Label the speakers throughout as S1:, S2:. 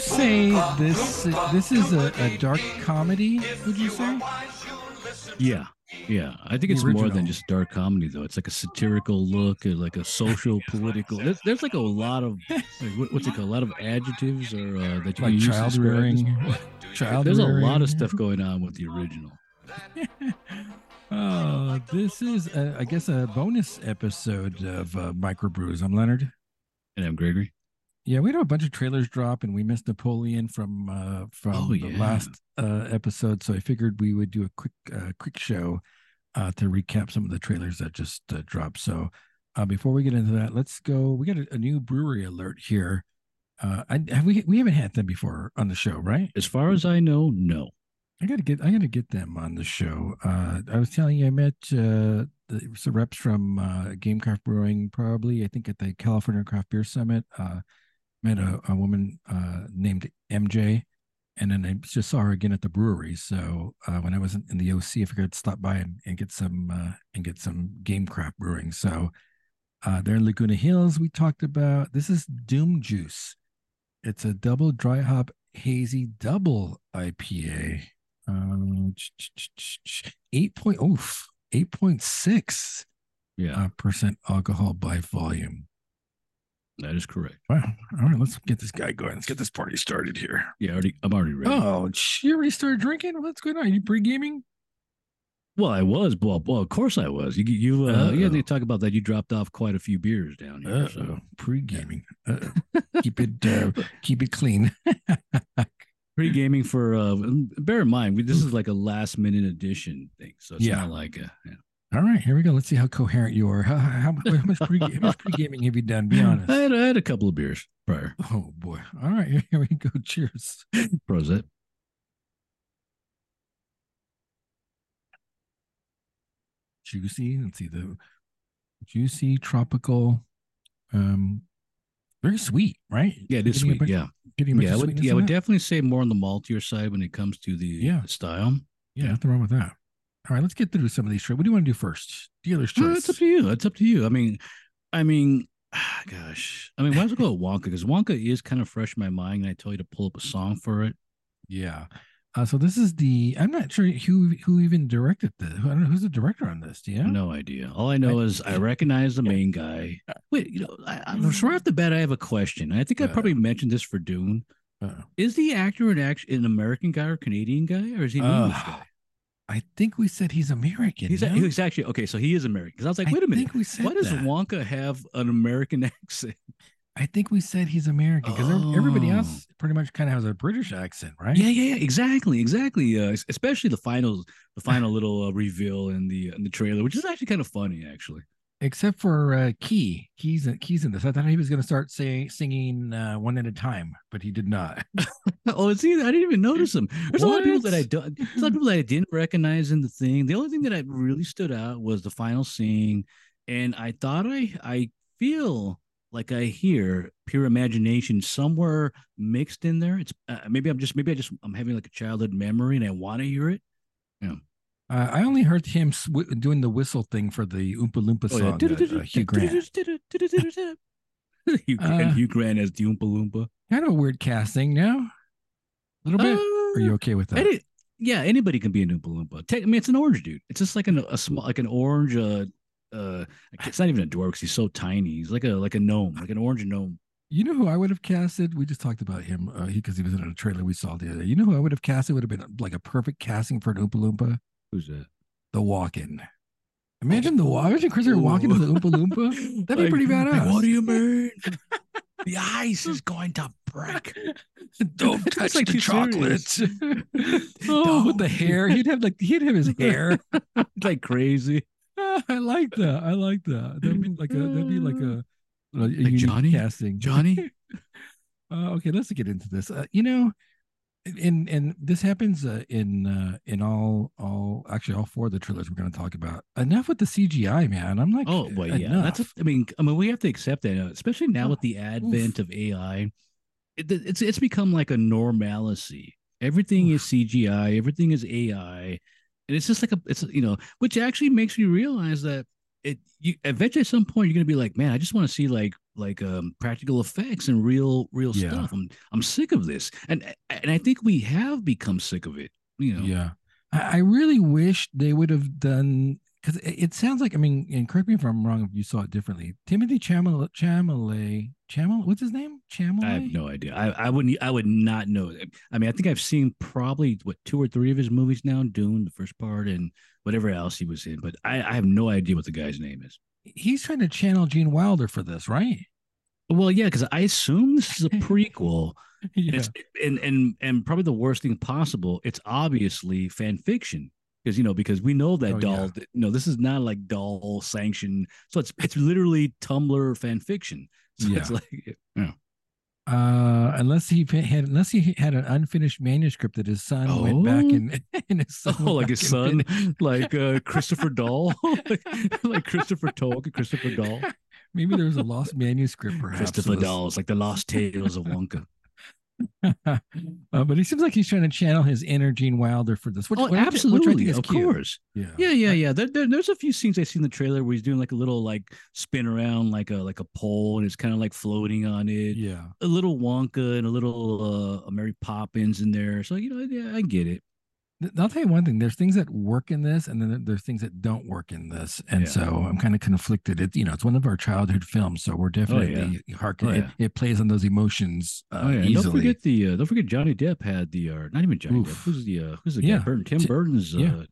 S1: say this this is a, a dark comedy? Would you say?
S2: Yeah. Yeah. I think it's more than
S1: original.
S2: just dark comedy, though. It's like a satirical look, uh, like a social, political. There's, there's like a lot of, like, what- what's it called? A lot of adjectives or uh, that you can
S1: Like
S2: use to
S1: child
S2: describe this.
S1: rearing. child.
S2: There's a
S1: rearing.
S2: lot of stuff going on with the original.
S1: Uh, this is, uh, I guess, a bonus episode of uh, Microbrews. I'm Leonard.
S2: And I'm Gregory.
S1: Yeah, we had a bunch of trailers drop, and we missed Napoleon from uh, from
S2: Oh,
S1: the
S2: yeah.
S1: last uh, episode. So I figured we would do a quick uh, quick show uh, to recap some of the trailers that just uh, dropped. So uh, before we get into that, let's go. We got a, a new brewery alert here. Uh, I, have we we haven't had them before on the show, right?
S2: As far as I know, no.
S1: I gotta get I gotta get them on the show. Uh, I was telling you I met uh, the some reps from uh, Gamecraft Brewing probably I think at the California Craft Beer Summit. Uh, met a, a woman uh, named MJ, and then I just saw her again at the brewery. So uh, when I was in, in the OC, I figured I'd stop by and, and get some uh, and get some Gamecraft Brewing. So uh, they're in Laguna Hills. We talked about this is Doom Juice. It's a double dry hop hazy double IPA. Um, ch- ch- ch- ch- ch- eight point oof, eight point six
S2: Yeah,
S1: uh, percent alcohol by volume.
S2: that is correct.
S1: Wow. All right, let's get this guy going. Let's get this party started here.
S2: Yeah, already, I'm already ready.
S1: Oh, she already started drinking. What's going on? Are you pre gaming?
S2: Well, I was. Well, well, of course I was. You, you, uh, yeah. They
S1: Uh-oh.
S2: talk about that. You dropped off quite a few beers down here. So
S1: pre gaming. keep it uh, keep it clean.
S2: pre gaming for. Uh, m- bear in mind, we, this is like a last minute edition thing. So it's
S1: Yeah.
S2: not like. A, yeah.
S1: All right, here we go. Let's see how coherent you are. How, how, how much pre gaming have you done? Be honest.
S2: I had, I had a couple of beers prior.
S1: Oh boy. All right, here we go. Cheers.
S2: Prosette.
S1: juicy. Let's see the juicy tropical, um, very sweet, right?
S2: Yeah, it
S1: Getting a
S2: is sweet.
S1: bunch-
S2: Yeah,
S1: Getting a bunch
S2: yeah. I
S1: of
S2: would,
S1: sweetness
S2: yeah, I
S1: in
S2: would
S1: it?
S2: definitely say more on the maltier side when it comes to the
S1: Yeah.
S2: style.
S1: yeah, nothing wrong with that. All right, let's get through some of these. tra- What do you want to do first? Dealer's
S2: No,
S1: choice.
S2: Uh, it's up to you. It's up to you. I mean, I mean, gosh, I mean, why don't we go with Wonka? Because Wonka is kind of fresh in my mind, and I tell you to pull up a song for it.
S1: yeah. Uh, so this is the. I'm not sure who who even directed this. I don't know who's the director on this. Do you? know?
S2: No idea. All I know is I recognize the main guy. Wait, you know, I, I'm sure off the bat I have a question. I think I
S1: Uh.
S2: probably mentioned this for Dune.
S1: Uh-oh.
S2: Is the actor an act an American guy or Canadian guy, or is he an
S1: Uh,
S2: English guy?
S1: I think we said he's American.
S2: He's, a-
S1: no?
S2: he's actually okay. So he is American. Because I was like, wait
S1: I
S2: a minute,
S1: think we said
S2: why does
S1: that.
S2: Wonka have an American accent?
S1: I think we said he's American because everybody
S2: Oh.
S1: else pretty much kind of has a British accent, right?
S2: Yeah, yeah, yeah, exactly, exactly. Uh, es- especially the finals, the final little uh, reveal in the in the trailer, which is actually kind of funny, actually.
S1: except for uh, Key. Key's Key's in this. I thought he was going to start say, singing uh, one at a time, but he did not.
S2: Oh, see, I didn't even notice him. There's a lot of people that I
S1: What?
S2: don't, there's a lot of people that I didn't recognize in the thing. The only thing that I really stood out was the final scene, and I thought I I feel like I hear pure imagination somewhere mixed in there. It's uh, maybe I'm just maybe I just I'm having like a childhood memory and I want to hear it.
S1: Uh, I only heard him sw- doing the whistle thing for the Oompa Loompa
S2: Oh, yeah.
S1: song. uh, uh, Hugh Grant.
S2: Hugh
S1: Uh,
S2: Grant, Hugh Grant as the Oompa Loompa.
S1: Kind of a weird casting now. A little bit. Are you okay with
S2: Uh,
S1: that?
S2: any- yeah, anybody can be an Oompa Loompa. Te- I mean, it's an orange dude. It's just like an, a small, like an orange. Uh, uh, it's not even a dwarf 'cause he's so tiny. He's like a like a gnome, like an orange gnome.
S1: You know who I would have casted? We just talked about him because uh, he, 'cause he was in a trailer we saw the other day. You know who I would have casted? Would have been like a perfect casting for an Oompa Loompa?
S2: Who's that?
S1: The walk in. Imagine the walk. Imagine Chris walking to the Oompa Loompa.
S2: That'd
S1: be pretty badass.
S2: what do you mean? the ice is going to break.
S1: Don't
S2: It's
S1: touch
S2: like
S1: the
S2: he's serious.
S1: chocolates. oh, with the
S2: Don't.
S1: hair, he'd have like he'd have his hair.
S2: like crazy.
S1: Ah, I like that. I like that. That'd be like a that'd be like a, a unique
S2: Johnny?
S1: casting.
S2: Johnny?
S1: Uh, okay, let's get into this. Uh, you know, and and this happens uh, in uh, in all all actually all four of the trailers we're going to talk about. Enough with the CGI, man. I'm like,
S2: Oh well, yeah. That's.
S1: enough.
S2: A, I mean, I mean, we have to accept that, uh, especially now
S1: Oh,
S2: with the advent of AI. It, th- it's it's become like a normalcy. Everything is CGI. Everything is AI, and it's just like a. It's you know, which actually makes you realize that it. You eventually at some point you're gonna be like, man, I just want to see like like um, practical effects and real real
S1: Yeah.
S2: stuff. I'm I'm sick of this, and and I think we have become sick of it. You know,
S1: Yeah. I, I really wish they would have done because it, it sounds like I mean, and correct me if I'm wrong if you saw it differently. Timothy Chamala Chamale Chamal what's his name? Chamale?
S2: I have no idea. I, I wouldn't. I would not know. I mean, I think I've seen probably what two or three of his movies now. Dune, the first part, and whatever else he was in. But I, I have no idea what the guy's name is.
S1: He's trying to channel Gene Wilder for this, right?
S2: Well, yeah, because I assume this is a prequel.
S1: Yeah.
S2: It's, and and and probably the worst thing possible. It's obviously fan fiction because you know because we know that
S1: Oh,
S2: doll.
S1: yeah.
S2: You know, this is not like doll sanctioned. So it's it's literally Tumblr fan fiction. So it's like yeah.
S1: Uh, unless he fa- had, unless he had an unfinished manuscript that his son went back
S2: Oh.
S1: and, and his son went
S2: Oh, like
S1: back
S2: his
S1: and
S2: son,
S1: finished.
S2: like uh, Christopher Doll, like, like Christopher Tolkien, Christopher Doll,
S1: Maybe there was a lost manuscript, perhaps. of
S2: Christopher
S1: his-
S2: Doll. It's like the Lost Tales of Wonka.
S1: uh, but he seems like he's trying to channel his inner Gene Wilder for this. Which,
S2: oh,
S1: which I thi- which I
S2: absolutely,
S1: think is
S2: of
S1: cute.
S2: course.
S1: Yeah.
S2: Yeah, yeah, yeah. There, there, there's a few scenes I see in the trailer where he's doing like a little like spin around like a like a pole and it's kind of like floating on it.
S1: Yeah.
S2: A little Wonka and a little uh, Mary Poppins in there. So you know, yeah, I get it.
S1: Th- I'll tell you one thing. There's things that work in this, and then there- there's things that don't work in this, and
S2: Yeah.
S1: so I'm kind of conflicted. It's you know, it's one of our childhood films, so we're definitely harking.
S2: Oh,
S1: it-
S2: yeah.
S1: It, plays on those emotions uh,
S2: Oh, yeah. And Don't
S1: easily.
S2: forget the uh, don't forget Johnny Depp had the uh, not even Johnny
S1: Oof.
S2: Depp. Who's the uh, who's the
S1: Yeah.
S2: guy? Burton Tim
S1: Ti-
S2: Burton's uh,
S1: yeah.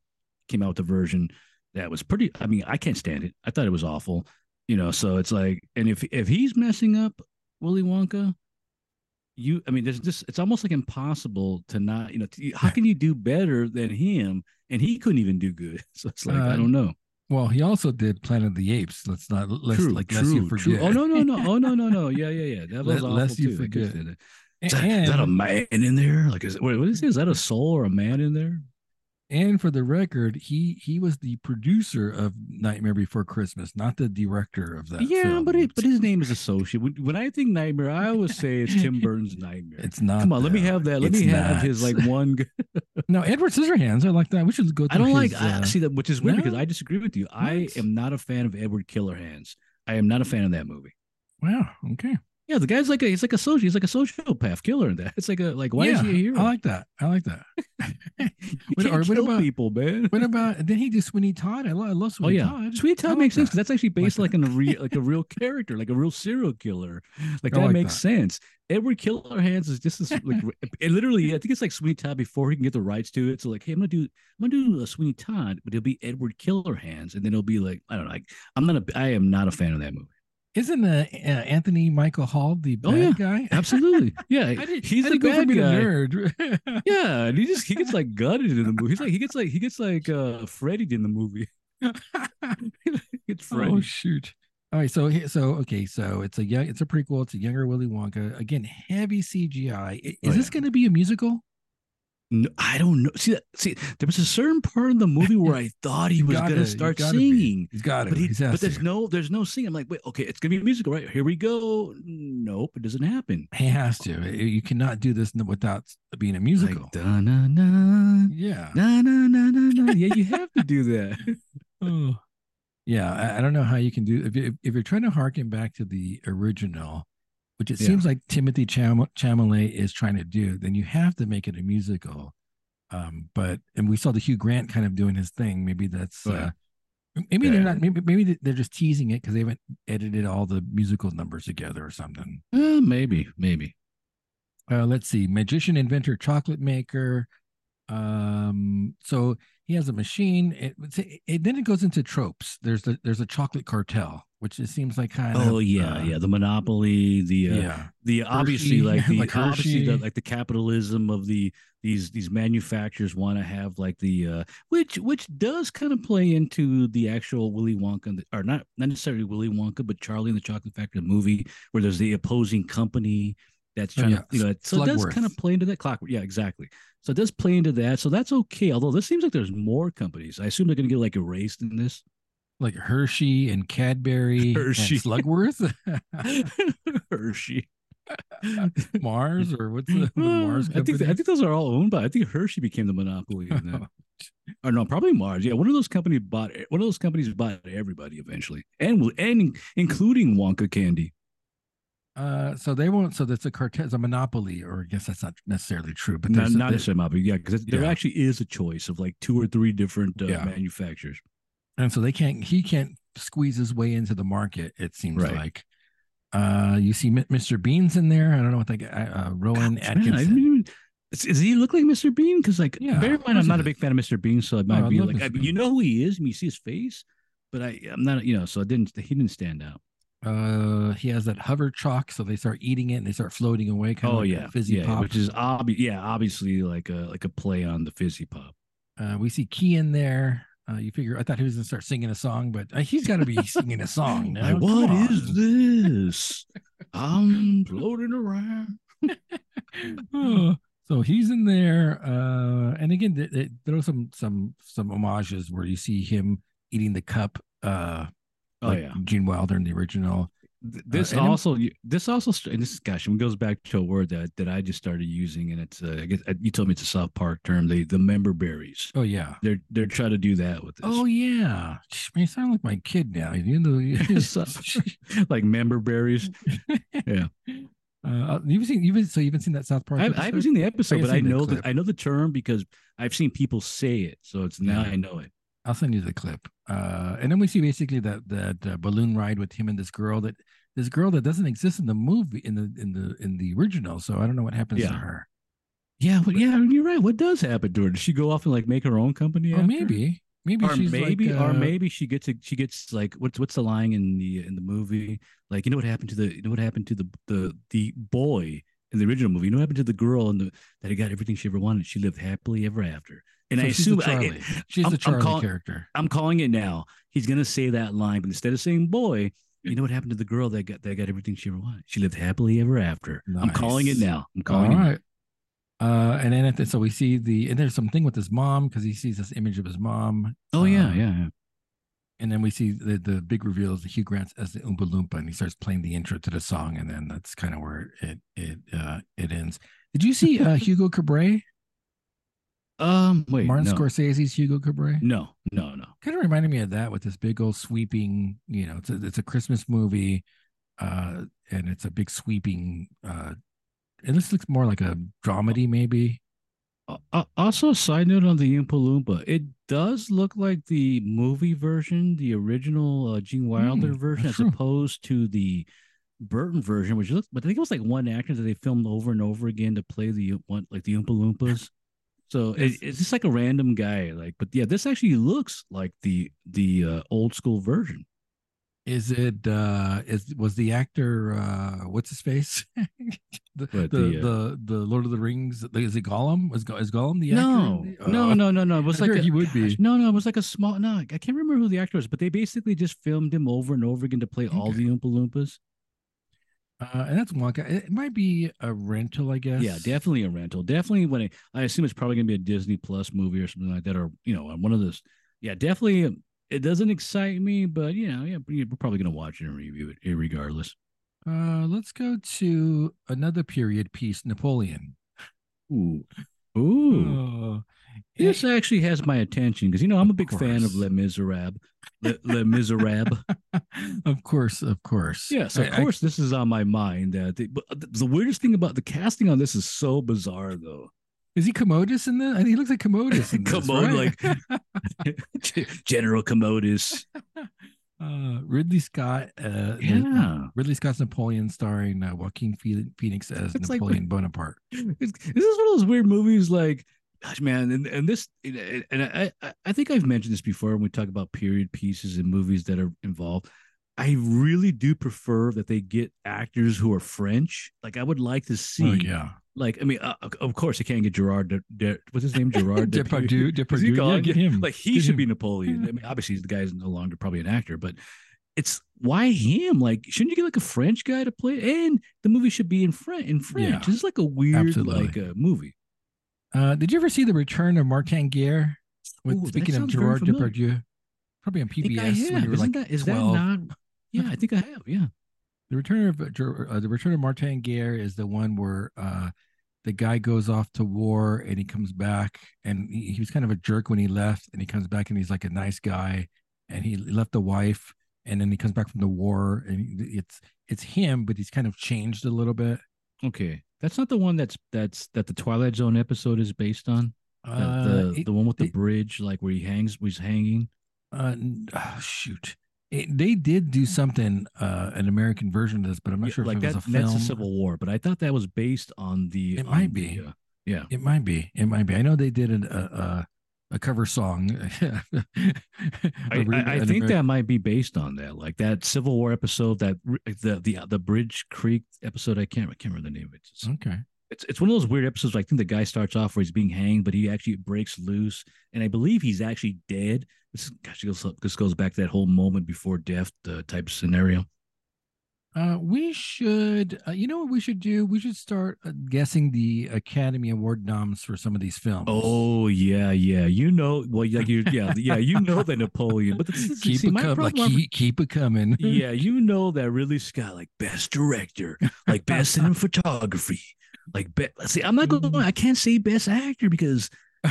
S2: came out with a version that was pretty. I mean, I can't stand it. I thought it was awful. You know, so it's like, and if if he's messing up Willy Wonka, you, I mean, there's just it's almost like impossible to not. You know, to, how can you do better than him? And he couldn't even do good. So it's like
S1: Uh,
S2: I don't know.
S1: Well, he also did Planet of the Apes. Let's not let's
S2: true,
S1: like lest you
S2: true,
S1: forget.
S2: true. Oh no, no, no. Oh no, no, no. Yeah, yeah, yeah. That was
S1: Let-
S2: awful
S1: lest you
S2: too. I couldn't
S1: forget.
S2: stand it.
S1: A-
S2: Is that, is that a
S1: And,
S2: man in there? Like, is it, what what is it? Is that a soul or a man in there?
S1: and for the record, he he was the producer of Nightmare Before Christmas, not the director of that.
S2: yeah, but
S1: film.
S2: it, but his name is associate. When, when I think nightmare, I always say it's Tim Burton's nightmare.
S1: it's not.
S2: Come on, let me
S1: that.
S2: have that. Let
S1: It's
S2: me have his
S1: not.
S2: like one. g-
S1: No, Edward Scissorhands. I like that. We should go. Through
S2: I don't like.
S1: his,
S2: I,
S1: uh,
S2: see that, which is weird because
S1: no?
S2: I disagree with you. I
S1: What?
S2: am not a fan of Edward Killerhands. I am not a fan of that movie.
S1: wow. Okay.
S2: Yeah, the guy's like a he's like a social he's like a sociopath killer in that. It's like a like why is
S1: Yeah,
S2: he a hero?
S1: I like that. I like that.
S2: you
S1: what-
S2: can't
S1: or what
S2: kill
S1: about-
S2: people, man.
S1: What about then he did Sweeney Todd? I love, I love
S2: Oh
S1: Sweeney
S2: yeah,
S1: Todd.
S2: Sweet
S1: I
S2: Todd
S1: like
S2: makes sense
S1: that.
S2: because that's actually based
S1: like
S2: like, on a real, like a real character, like a real serial killer. Like
S1: I
S2: that
S1: like
S2: makes
S1: that.
S2: sense. Edward Killerhands is just this, like it literally. I think it's like Sweet Todd before he can get the rights to it. So like, hey, I'm gonna do, I'm gonna do a Sweeney Todd, but it'll be Edward Killerhands, and then it'll be like, I don't know. Like, I'm not a, I am not a fan of that movie.
S1: Isn't uh, uh, Anthony Michael Hall the bad
S2: Oh, yeah.
S1: guy?
S2: Absolutely, yeah.
S1: How did-
S2: he's
S1: how
S2: the
S1: did he go from
S2: bad
S1: being a
S2: guy.
S1: nerd.
S2: Yeah, and he just he gets like gutted in the movie. He's like he gets like he gets like uh Freddy in the movie. It's Freddy.
S1: oh shoot. All right, so he- so okay, so it's a young, it's a prequel. It's a younger Willy Wonka. Again, heavy CGI. I- Is
S2: Oh,
S1: this
S2: yeah.
S1: going to be a musical?
S2: No, I don't know. See, that, see, there was a certain part of the movie where I thought he was
S1: Gotta-
S2: going to start
S1: gotta be.
S2: singing,
S1: He's got it.
S2: but he,
S1: He's
S2: but
S1: has
S2: there's
S1: to.
S2: no, there's no singing. I'm like, wait, okay, it's going to be a musical, right? Here we go. Nope, it doesn't happen.
S1: He has to. You cannot do this without being a musical.
S2: Like, da na na
S1: yeah.
S2: na na na na. na. Yeah, you have to do that.
S1: Oh, yeah. I, I don't know how you can do if, you- if you're trying to harken back to the original, which it
S2: Yeah.
S1: seems like Timothy Cham- Chalamet is trying to do. Then you have to make it a musical. Um, but and we saw the Hugh Grant kind of doing his thing. Maybe that's
S2: Oh, yeah.
S1: uh, m- maybe they're
S2: Yeah.
S1: not. Maybe maybe they're just teasing it because they haven't edited all the musical numbers together or something.
S2: Uh, maybe, maybe.
S1: Uh, let's see, magician, inventor, chocolate maker. Um, so he has a machine. It, it, it- then it goes into tropes. There's the there's a chocolate cartel, which it seems like kind of.
S2: Oh yeah,
S1: uh,
S2: yeah. The monopoly, the uh,
S1: yeah,
S2: the obviously
S1: Hershey,
S2: like the
S1: like
S2: obviously the,
S1: Hershey.
S2: like the capitalism of the these these manufacturers want to have like the uh which which does kind of play into the actual Willy Wonka and the- or not not necessarily Willy Wonka but Charlie and the Chocolate Factory the movie where there's the opposing company that's
S1: Oh,
S2: trying
S1: yeah.
S2: to you know so it does kind of
S1: Slugworth.
S2: play into that clock yeah exactly so it does play into that so that's okay although this seems like there's more companies I assume they're gonna get like erased in this
S1: like Hershey and Cadbury,
S2: Hershey.
S1: and Slugworth,
S2: Hershey.
S1: Mars, or what's the, the
S2: Uh,
S1: Mars
S2: I
S1: company?
S2: think I think those are all owned by. I think Hershey became the monopoly in that. or no, probably Mars. Yeah, one of those companies bought. One of those companies bought everybody eventually, and and including Wonka candy.
S1: Uh, so they won't. So that's a cartel, it's a monopoly, or I guess that's not necessarily true. But
S2: not,
S1: there's a-
S2: not
S1: there-
S2: necessarily Malibu, yeah, because there
S1: Yeah.
S2: actually is a choice of like two or three different uh,
S1: Yeah.
S2: manufacturers.
S1: and so they can't. He can't squeeze his way into the market. It seems
S2: Right.
S1: like. Uh, you see, M- Mr. Bean's in there. I don't know what they got. Uh, Rowan
S2: Gosh, man, I
S1: Atkinson.
S2: didn't even- Does does he look like Mr. Bean? Because like,
S1: Yeah,
S2: bear in
S1: of
S2: mind, I'm
S1: course
S2: not
S1: he
S2: a big fan of Mr. Bean, so it might
S1: Oh, I
S2: be
S1: love
S2: like, I,
S1: Mr.
S2: you
S1: Bean.
S2: know who he is, and you see his face, but I, I'm not, you know, so I didn't, he didn't stand out.
S1: uh he has that hover chalk so they start eating it and they start floating away kind
S2: oh
S1: of like
S2: yeah,
S1: a fizzy
S2: yeah,
S1: pop
S2: which is obvious. Yeah, obviously like a like a play on the fizzy pop.
S1: uh, we see key in there uh, you figure i thought he was gonna start singing a song but uh, he's got to be singing a song now
S2: Like,
S1: Oh, Come
S2: what
S1: on.
S2: is this? I'm floating around.
S1: Oh, so he's in there uh and again th- th- there are some some some homages where you see him eating the cup uh
S2: Oh
S1: like
S2: yeah.
S1: gene wilder in the original
S2: Th- This
S1: and I'm-
S2: also, you- this also, st- and this gosh, and goes back to a word that that I just started using, and it's, uh, I guess uh, you told me it's a South Park term. They the member berries.
S1: oh yeah
S2: They're they're trying to do that with this.
S1: oh yeah Man, you sound like my kid now you know you-
S2: So- like member berries.
S1: Uh, you've seen you've so you haven't seen that South Park.
S2: I, I haven't
S1: episode?
S2: seen the episode,
S1: Oh, I
S2: but I
S1: seen the
S2: know that
S1: clip.
S2: I know the term because I've seen people say it. So it's now
S1: Yeah.
S2: I know it.
S1: I'll send you the clip. Uh, and then we see basically that that uh, balloon ride with him and this girl that this girl that doesn't exist in the movie in the in the in the original. So I don't know what happens to
S2: Yeah.
S1: her.
S2: Yeah, well, yeah, you're right. What does happen to her? Does she go off and like make her own company?
S1: Or
S2: after?
S1: Oh, maybe maybe
S2: or
S1: she's
S2: maybe,
S1: like,
S2: or
S1: uh,
S2: maybe she gets a, she gets like what's what's the line in the in the movie? Like you know what happened to the you know what happened to the the the boy in the original movie? You know what happened to the girl in the that got everything she ever wanted? She lived happily ever after. And
S1: so
S2: I
S1: she's
S2: assume
S1: the
S2: I,
S1: Charlie.
S2: it-
S1: she's
S2: I'm-
S1: the
S2: I'm
S1: Charlie
S2: calling-
S1: character.
S2: I'm calling it now. He's gonna say that line, but instead of saying boy, you know what happened to the girl that got that got everything she ever wanted? She lived happily ever after. I'm calling it
S1: Nice.
S2: now. I'm
S1: All
S2: calling it. now.
S1: right. Uh, and then at the, so we see the and there's something with his mom because he sees this image of his mom,
S2: Oh yeah,
S1: Uh,
S2: yeah, yeah.
S1: and then we see the, the big reveal is Hugh Grant as the Oompa Loompa, and he starts playing the intro to the song, and then that's kind of where it it uh, it ends. Did you see uh, Hugo Cabret?
S2: Um, wait,
S1: Martin
S2: no.
S1: Scorsese's Hugo Cabret?
S2: no, no, no.
S1: Kind of reminded me of that with this big old sweeping. You know, it's a, it's a Christmas movie, uh, and it's a big sweeping. Uh, and this looks more like a dramedy, maybe.
S2: Uh, uh, also, side note on the Oompa Loompa, it does look like the movie version, the original uh, Gene Wilder
S1: Mm,
S2: version,
S1: that's
S2: as
S1: true.
S2: opposed to the Burton version, which looks, but I think it was like one actor that they filmed over and over again to play the one like the Oompa Loompas. So it,
S1: Yes.
S2: it's just like a random guy, like. But yeah, this actually looks like the the uh, old school version.
S1: Is it? Uh, is was the actor? Uh, what's his face? the, the,
S2: What,
S1: the,
S2: the, uh,
S1: the Lord of the Rings. Is it Gollum? Is, Go- is Gollum the actor?
S2: no,
S1: in the-
S2: no,
S1: Uh,
S2: no, no, no. It was
S1: I
S2: like
S1: figured
S2: a-
S1: he would be.
S2: gosh, No, no, it was like a small. No, I can't remember who the actor was, but they basically just filmed him over and over again to play all
S1: Okay.
S2: the Oompa Loompas.
S1: Uh, and that's Wonka. It it might be a rental, I guess.
S2: Yeah, definitely a rental. Definitely when it, I assume it's probably gonna be a Disney Plus movie or something like that, or you know, on one of those. Yeah, definitely. um, It doesn't excite me, but you know, yeah, we- we're probably gonna watch it and review it eh, regardless.
S1: Uh, let's go to another period piece, Napoleon.
S2: Ooh, ooh,
S1: Uh,
S2: this
S1: it-
S2: actually has my attention because you know I'm a
S1: Of
S2: big fan
S1: course.
S2: of Les Miserables. Les, Les Miserables.
S1: of course, of course.
S2: Yes, of
S1: I- I-
S2: course. this is on my mind. That they, but th- the weirdest thing about the casting on this is so bizarre, though.
S1: is he Commodus in this? I think he looks like Commodus. In this,
S2: Commode,
S1: right?
S2: General Commodus.
S1: uh, Ridley Scott. Uh, there's-
S2: Yeah,
S1: Ridley Scott's Napoleon, starring uh, Joaquin Phe- Phoenix as
S2: It's like-
S1: Napoleon Bonaparte.
S2: It's- this is one of those weird movies. Like, gosh, man, and, and this, and I, I, I think I've mentioned this before when we talk about period pieces and movies that are involved. I really do prefer that they get actors who are French. Like, I would like to see.
S1: Oh yeah,
S2: Like, I mean, uh, of- of course, I can't get Gerard. De, De- what's his name? Gerard Depardieu.
S1: Depardieu.
S2: Is he
S1: Depardieu. Yeah,
S2: calling
S1: get
S2: it?
S1: him.
S2: Like he
S1: Get
S2: should
S1: him.
S2: be Napoleon. I mean, obviously the guy's no longer probably an actor, but it's why him? Like, shouldn't you get like a French guy to play? And the movie should be in French. In French,
S1: Yeah,
S2: this is like a weird
S1: absolutely.
S2: like uh, movie.
S1: Uh, did you ever see the return of Martin Guerre? With
S2: Ooh, that
S1: speaking of
S2: sounds very
S1: Gerard
S2: familiar.
S1: Depardieu, probably on
S2: I think
S1: PBS
S2: I
S1: when
S2: have.
S1: you were
S2: Isn't
S1: like
S2: that, is
S1: 12.
S2: that not? Yeah, I think I have. Yeah.
S1: the return of uh, Ger- uh, the return of Martin Guerre is the one where uh, the guy goes off to war and he comes back and he, he was kind of a jerk when he left and he comes back and he's like a nice guy and he left a wife and then he comes back from the war, and it's it's him, but he's kind of changed a little bit.
S2: Okay, that's not the one that's that's that the Twilight Zone episode is based on. Uh, the
S1: it-
S2: the one with the
S1: it-
S2: bridge, like where he hangs, where he's hanging.
S1: uh, n- ah, shoot. It, they did do something, uh, an American version of this, but I'm not
S2: Yeah,
S1: sure
S2: like
S1: if it
S2: that.
S1: was a film.
S2: that's a Civil War, but I thought that was based on the.
S1: It
S2: on
S1: might be.
S2: the, uh, yeah.
S1: It might be. It might be. I know they did an, a, a a cover song. A
S2: I,
S1: re-
S2: I, I
S1: an
S2: think
S1: Ameri-
S2: that might be based on that, like that Civil War episode, that r- the the uh, the Bridge Creek episode. I can't I can't remember the name of it. It's,
S1: Okay.
S2: it's it's one of those weird episodes. Where I think the guy starts off where he's being hanged, but he actually breaks loose, and I believe he's actually dead. This gosh, this goes, this goes back to that whole moment before death uh, type scenario.
S1: Uh, we should. Uh, you know what we should do? We should start uh, guessing the Academy Award noms for some of these films.
S2: Oh yeah, yeah. You know, well, like you, yeah, yeah. You know the Napoleon, but this is
S1: keep
S2: see,
S1: it
S2: my
S1: coming. Like,
S2: problem.
S1: keep, keep it coming.
S2: yeah, you know that really Scott, like best director, like best in photography, like best. See, I'm not going. I can't say best actor because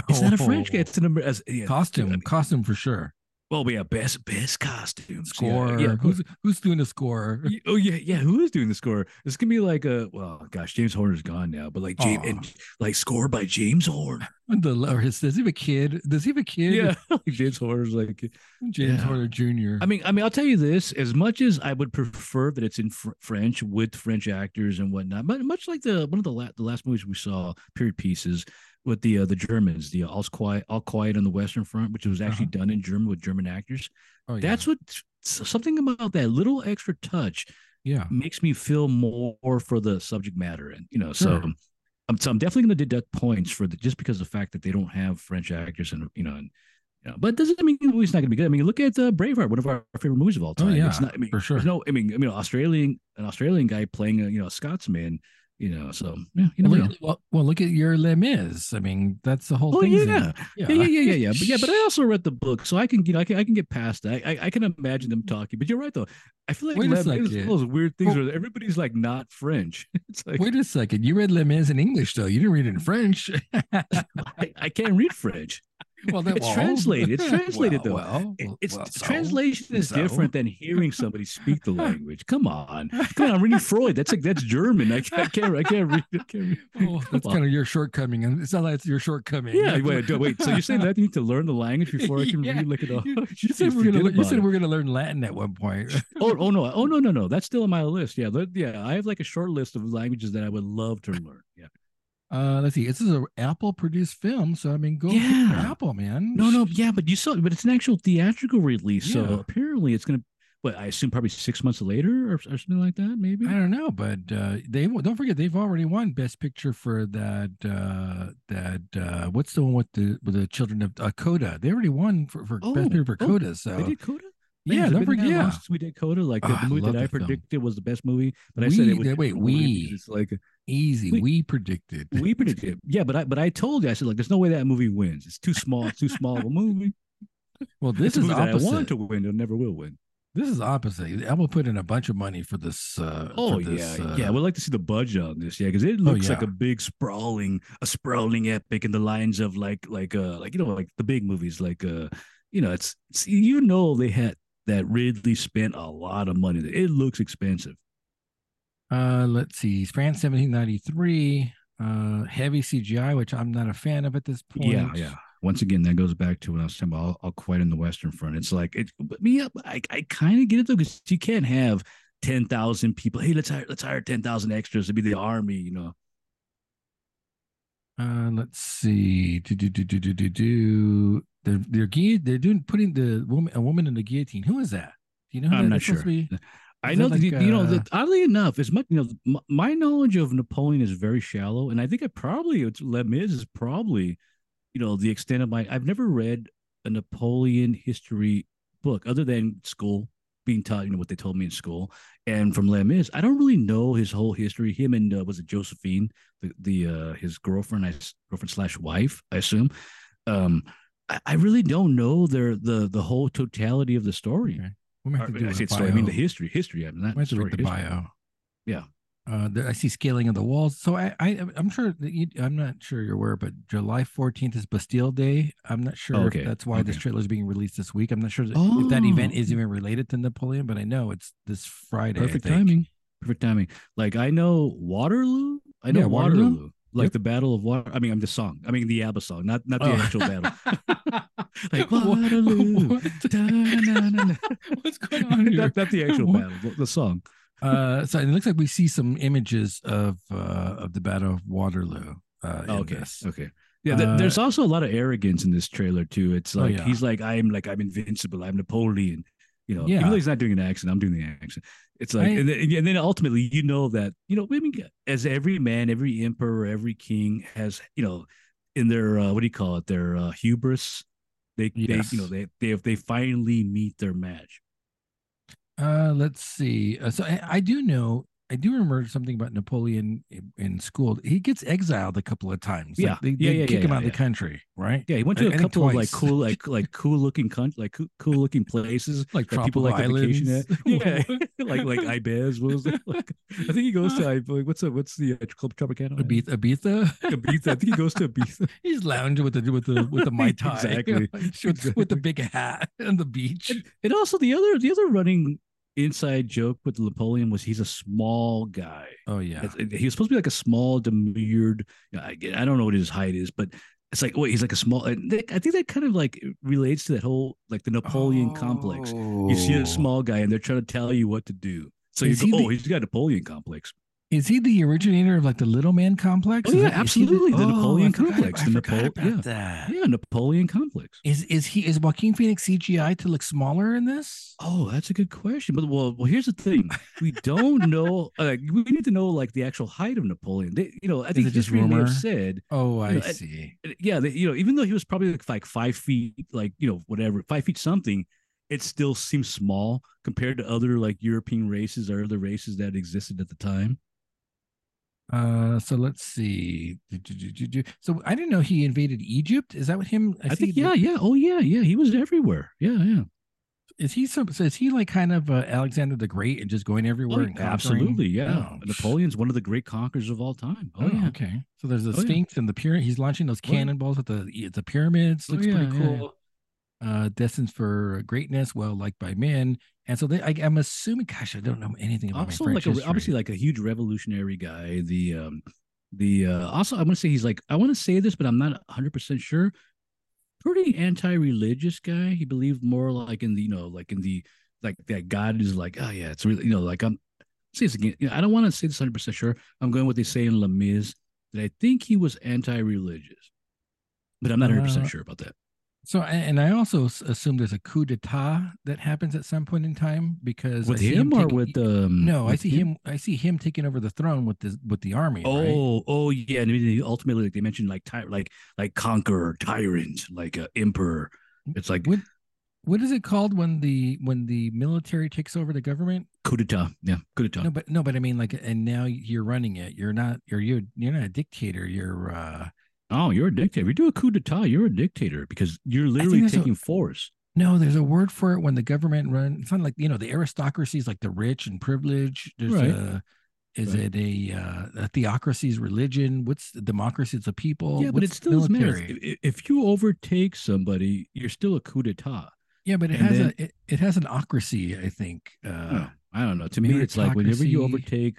S2: it's not a French guy.
S1: Oh.
S2: It's a number. As, yeah.
S1: Costume,
S2: I mean,
S1: costume for sure.
S2: well, yeah, best best costumes. Yeah,
S1: Score.
S2: Yeah,
S1: Who's who's doing the score?
S2: Y- Oh yeah, yeah. Who is doing the score? This can be like a well, gosh, James Horner's gone now, but like James
S1: Aw.
S2: and like score by James Horner.
S1: The or his, does he have a kid? Does he have a kid?
S2: Yeah, like James Horner's like.
S1: James
S2: Yeah.
S1: Horner Jr.
S2: I mean, I mean, I'll tell you this: as much as I would prefer that it's in fr- French with French actors and whatnot, but much like the one of the, la- the last movies we saw, period pieces with the uh, the Germans, the uh, All Quiet All Quiet on the Western Front, which was actually done in German with German actors.
S1: Uh-huh. oh, yeah.
S2: That's what s- something about that little extra touch
S1: yeah.
S2: makes me feel more for the subject matter, and you know, so.
S1: Sure.
S2: I'm, so I'm definitely going to deduct points for the just because of the fact that they don't have French actors and you know and you know, but doesn't mean the movie's not going to be good. I mean, look at uh, Braveheart, one of our favorite movies of all
S1: Oh,
S2: time.
S1: yeah,
S2: it's not, I mean,
S1: for sure.
S2: there's No, I mean, I mean, Australian an Australian guy playing a you know a Scotsman, you know, so yeah, you never
S1: Well,
S2: know.
S1: look- well, well, look at your Les Mis. I mean, that's the whole
S2: Oh
S1: thing.
S2: yeah. yeah, yeah, yeah, yeah, yeah. But yeah, but I also read the book, so I can you know I can, I can get past that. I, I, I can imagine them talking. But you're right though. I feel like
S1: Wait a
S2: Lab- it's one
S1: second.
S2: of those weird things
S1: Well-
S2: where everybody's like not French. It's like
S1: Wait a second. You read Les Mis in English, though. You didn't read it in French.
S2: I, I can't read French.
S1: well, that
S2: It's
S1: won't.
S2: translated. It's translated, though.
S1: Well,
S2: It-
S1: well,
S2: It's
S1: well,
S2: the
S1: so?
S2: translation is
S1: So?
S2: different than hearing somebody speak the language. Come on, come on, I'm reading Freud. That's like that's German. I can't, I can't, I can't read. I can't read.
S1: Oh, that's
S2: on.
S1: kind of your shortcoming. and It's not like it's your shortcoming.
S2: Yeah, wait, do- wait. So you're saying that I need to learn the language before I can
S1: Yeah.
S2: read like it all?
S1: You, you said we're gonna.
S2: Forget
S1: lear- You
S2: about
S1: said
S2: it.
S1: we're gonna learn Latin at one point.
S2: Oh, oh no, oh no, no, no. That's still on my list. Yeah, let- yeah. I have like a short list of languages that I would love to learn. Yeah.
S1: Uh, let's see. This is an Apple-produced film, so I mean, go for
S2: Yeah.
S1: Apple, man.
S2: No, no, yeah, but you saw, but it's an actual theatrical release, so
S1: Yeah.
S2: apparently it's gonna. But I assume probably six months later or, or something like that, maybe.
S1: I don't know, but uh, they don't forget they've already won Best Picture for that uh, that uh, what's the one with the with the children of uh, Coda? They already won for, for
S2: Oh,
S1: Best Picture for
S2: oh,
S1: Coda. So
S2: They did Coda. Man,
S1: yeah,
S2: has it
S1: don't
S2: been that
S1: forget.
S2: long
S1: Yeah,
S2: since we did Coda. Like the,
S1: Oh, I
S2: movie
S1: love
S2: that I
S1: that film.
S2: predicted was the best movie, but I said
S1: We-
S2: it was
S1: that- wait, we-
S2: It's like
S1: easy.
S2: We-
S1: We, predicted.
S2: we predicted. Yeah, but I but I told you I said like there's no way that movie wins. It's too small. It's too small of a movie.
S1: well,
S2: It's
S1: this
S2: a
S1: is
S2: movie that I want
S1: opposite.
S2: to win. It never will win.
S1: This is opposite. Apple put in a bunch of money for this. Uh,
S2: Oh
S1: for this,
S2: yeah,
S1: uh, Oh,
S2: yeah. We'd like to see the budget on this. Yeah, because it looks like
S1: yeah.
S2: a big sprawling, a sprawling epic in the lines of like like uh like you know like the big movies like uh you know it's, it's you know they had that Ridley spent a lot of money. It looks expensive.
S1: Uh, let's see. France 1793. Uh, heavy CGI, which I'm not a fan of at this point.
S2: Yeah, yeah. Once again, that goes back to when I was talking about all, all quiet in the Western Front. It's like it, but me up. I, I kind of get it though, because you can't have ten thousand people. Hey, let's hire let's hire ten thousand extras to be the army. You know,
S1: Uh, let's see. Do, do, do, do, do, do, do. They're they're guillot- They're doing putting the woman a woman in the guillotine. Who is that? Do you know? Who
S2: I'm
S1: that
S2: not
S1: is supposed to
S2: sure.
S1: be?
S2: I
S1: Is
S2: know
S1: that
S2: that
S1: like,
S2: you know
S1: uh,
S2: that oddly enough, as much you know, my, my knowledge of Napoleon is very shallow, and I think I probably it's Les Mis is probably you know the extent of my. I've never read a Napoleon history book other than school being taught. You know what they told me in school, and from Les Mis, I don't really know his whole history. Him and uh, was it Josephine, the the uh, his girlfriend, I s- girlfriend slash wife, I assume. Um, I, I really don't know their the the whole totality of the story.
S1: Okay. We might
S2: Or,
S1: have to do
S2: Uh, I
S1: a
S2: say
S1: bio.
S2: story. I mean the history, history. I'm not
S1: We might have to
S2: story,
S1: read the
S2: history.
S1: bio.
S2: Yeah.
S1: Uh, there, I see scaling of the walls. So I, I I'm sure that you, I'm not sure you're aware, but July 14th is Bastille Day. I'm not sure
S2: Oh, Okay,
S1: if that's why this
S2: okay.
S1: trailer is being released this week. I'm not sure that, if that event
S2: Oh.
S1: is even related to Napoleon, but I know it's this Friday. I
S2: Perfect
S1: think.
S2: timing. Perfect timing. Like I know Waterloo. I know
S1: Yeah,
S2: Waterloo.
S1: Waterloo.
S2: Like
S1: Yep.
S2: the Battle of Water. I mean, I'm the song. I mean the ABBA song, not not the
S1: Oh.
S2: actual battle. like
S1: What-
S2: Waterloo.
S1: what the-
S2: da-na-na-na.
S1: What's going on here?
S2: not, not the actual
S1: What?
S2: battle. The, the song.
S1: uh, so it looks like we see some images of uh, of the Battle of Waterloo. Uh, in
S2: okay.
S1: this.
S2: Okay. Yeah, th-
S1: Uh,
S2: there's also a lot of arrogance in this trailer too. It's
S1: Oh,
S2: like
S1: yeah.
S2: he's like, I'm like I'm invincible. I'm Napoleon. You know, even
S1: Yeah.
S2: though he's not doing an accent, I'm doing the accent. It's like,
S1: I-
S2: and, then, and then ultimately, you know that you know, I mean, as every man, every emperor, every king has, you know, in their uh, what do you call it, their uh, hubris. They,
S1: Yes.
S2: they, you know, they, they, if they finally meet their match.
S1: Uh, let's see. Uh, so I, I do know, I do remember something about Napoleon in, in school. He gets exiled a couple of times. Like,
S2: Yeah.
S1: they,
S2: Yeah,
S1: they
S2: yeah,
S1: kick
S2: yeah,
S1: him out
S2: yeah,
S1: of the country, right?
S2: Yeah, he went
S1: I- I
S2: to a
S1: think
S2: couple of like
S1: twice.
S2: cool, like like cool looking country, like cool, cool looking places.
S1: Like
S2: that
S1: tropical
S2: people like to vacation
S1: islands.
S2: at. Yeah, like like Ibez. What was it? Like, I think he goes to I, like, what's the what's the uh, club Tropicana?
S1: Ibiza, Ibiza.
S2: Ibiza. I think he goes to Ibiza.
S1: He's lounging with the with the with the mai tai,
S2: Exactly.
S1: with, with the big hat on the beach.
S2: And also the other the other running inside joke with Napoleon was he's a small guy.
S1: Oh yeah,
S2: It's- He was supposed to be like a small, demurred. I, I don't know what his height is, but it's like wait, he's like a small. and that- I think that kind of like relates to that whole like the Napoleon complex. You see a
S1: Oh.
S2: small guy, and they're trying to tell you what to do. So you
S1: Is
S2: go,
S1: he the-
S2: oh, he's got Napoleon complex.
S1: Is he the originator of like the little man complex?
S2: Oh,
S1: Is
S2: yeah,
S1: that- is he
S2: absolutely, the
S1: Oh, I
S2: Napoleon
S1: forgot-
S2: complex,
S1: I
S2: the
S1: forgot
S2: Napo-
S1: about
S2: yeah.
S1: that.
S2: Yeah, Napoleon complex.
S1: Is is he is Joaquin Phoenix CGI to look smaller in this?
S2: Oh, that's a good question. But well, well, here's the thing: we don't know. Like, we need to know like the actual height of Napoleon. They, you know, I think
S1: it just
S2: history may have
S1: rumor?
S2: said,
S1: Oh, I
S2: know, I-
S1: see.
S2: yeah, they, you know, even though he was probably like, like five feet, like you know, whatever, five feet something, it still seems small compared to other like European races or other races that existed at the time.
S1: Uh, so let's see. Do, do, do, do, do. So I didn't know he invaded Egypt. Is that what him?
S2: I,
S1: see
S2: think,
S1: that-
S2: yeah, yeah, oh yeah, yeah, he was everywhere. Yeah, yeah.
S1: Is he some? So is he like kind of uh, Alexander the Great and just going everywhere? and conquering?
S2: Oh, absolutely, yeah.
S1: Oh,
S2: Napoleon's one of the great conquerors of all time. Oh,
S1: Oh,
S2: yeah.
S1: okay. So there's the
S2: Oh, yeah.
S1: Sphinx and the pyramid. He's launching those
S2: Oh, yeah.
S1: cannonballs at the at the pyramids.
S2: Oh,
S1: Looks
S2: yeah,
S1: pretty
S2: yeah, yeah.
S1: cool. Uh, destined for greatness, well liked by men. And so they, I, I'm assuming. Gosh, I don't know anything about
S2: also
S1: my
S2: like
S1: French
S2: a,
S1: history.
S2: obviously like a huge revolutionary guy the um the uh also i want to say he's like i want to say this but i'm not 100% sure pretty anti-religious guy he believed more like in the you know like in the like that god is like oh yeah it's really you know like i'm say this again you know, i don't want to say this 100% sure i'm going with what they say in la Mis, that i think he was anti-religious but i'm not 100%
S1: Uh,
S2: sure about that
S1: So, a- and I also s- assume there's a coup d'état that happens at some point in time because I
S2: with
S1: see
S2: him, or
S1: taking- e,
S2: with um
S1: No, I
S2: with
S1: see him. I see him taking over the throne with the with the army. right?
S2: Oh, oh yeah. And then ultimately, like they mentioned, like ty- like like conqueror, tyrant, like uh, emperor. It's like
S1: what what is it called when the when the military takes over the government?
S2: coup d'état. Yeah, coup d'état.
S1: No, but no, but I mean like, and now you're running it. You're not. You're you. You're not a dictator. You're. uh
S2: Oh, you're a dictator. If you do a coup d'état, you're a dictator because you're literally
S1: there's a-
S2: taking force.
S1: No, there's a word for it when the government run. It's not like you know the aristocracy is like the rich and privileged. There's
S2: Right.
S1: a. Is
S2: Right.
S1: it a, uh, a theocracy's religion? What's the democracy? It's a people.
S2: yeah, but
S1: What's
S2: it still doesn't matter.
S1: military?
S2: If, if you overtake somebody, you're still a coup d'état.
S1: Yeah, but it
S2: and
S1: has
S2: then-
S1: a it, it has an ocracy. I think. Uh,
S2: I don't know. To me, it's like whenever you
S1: meritocracy.
S2: overtake,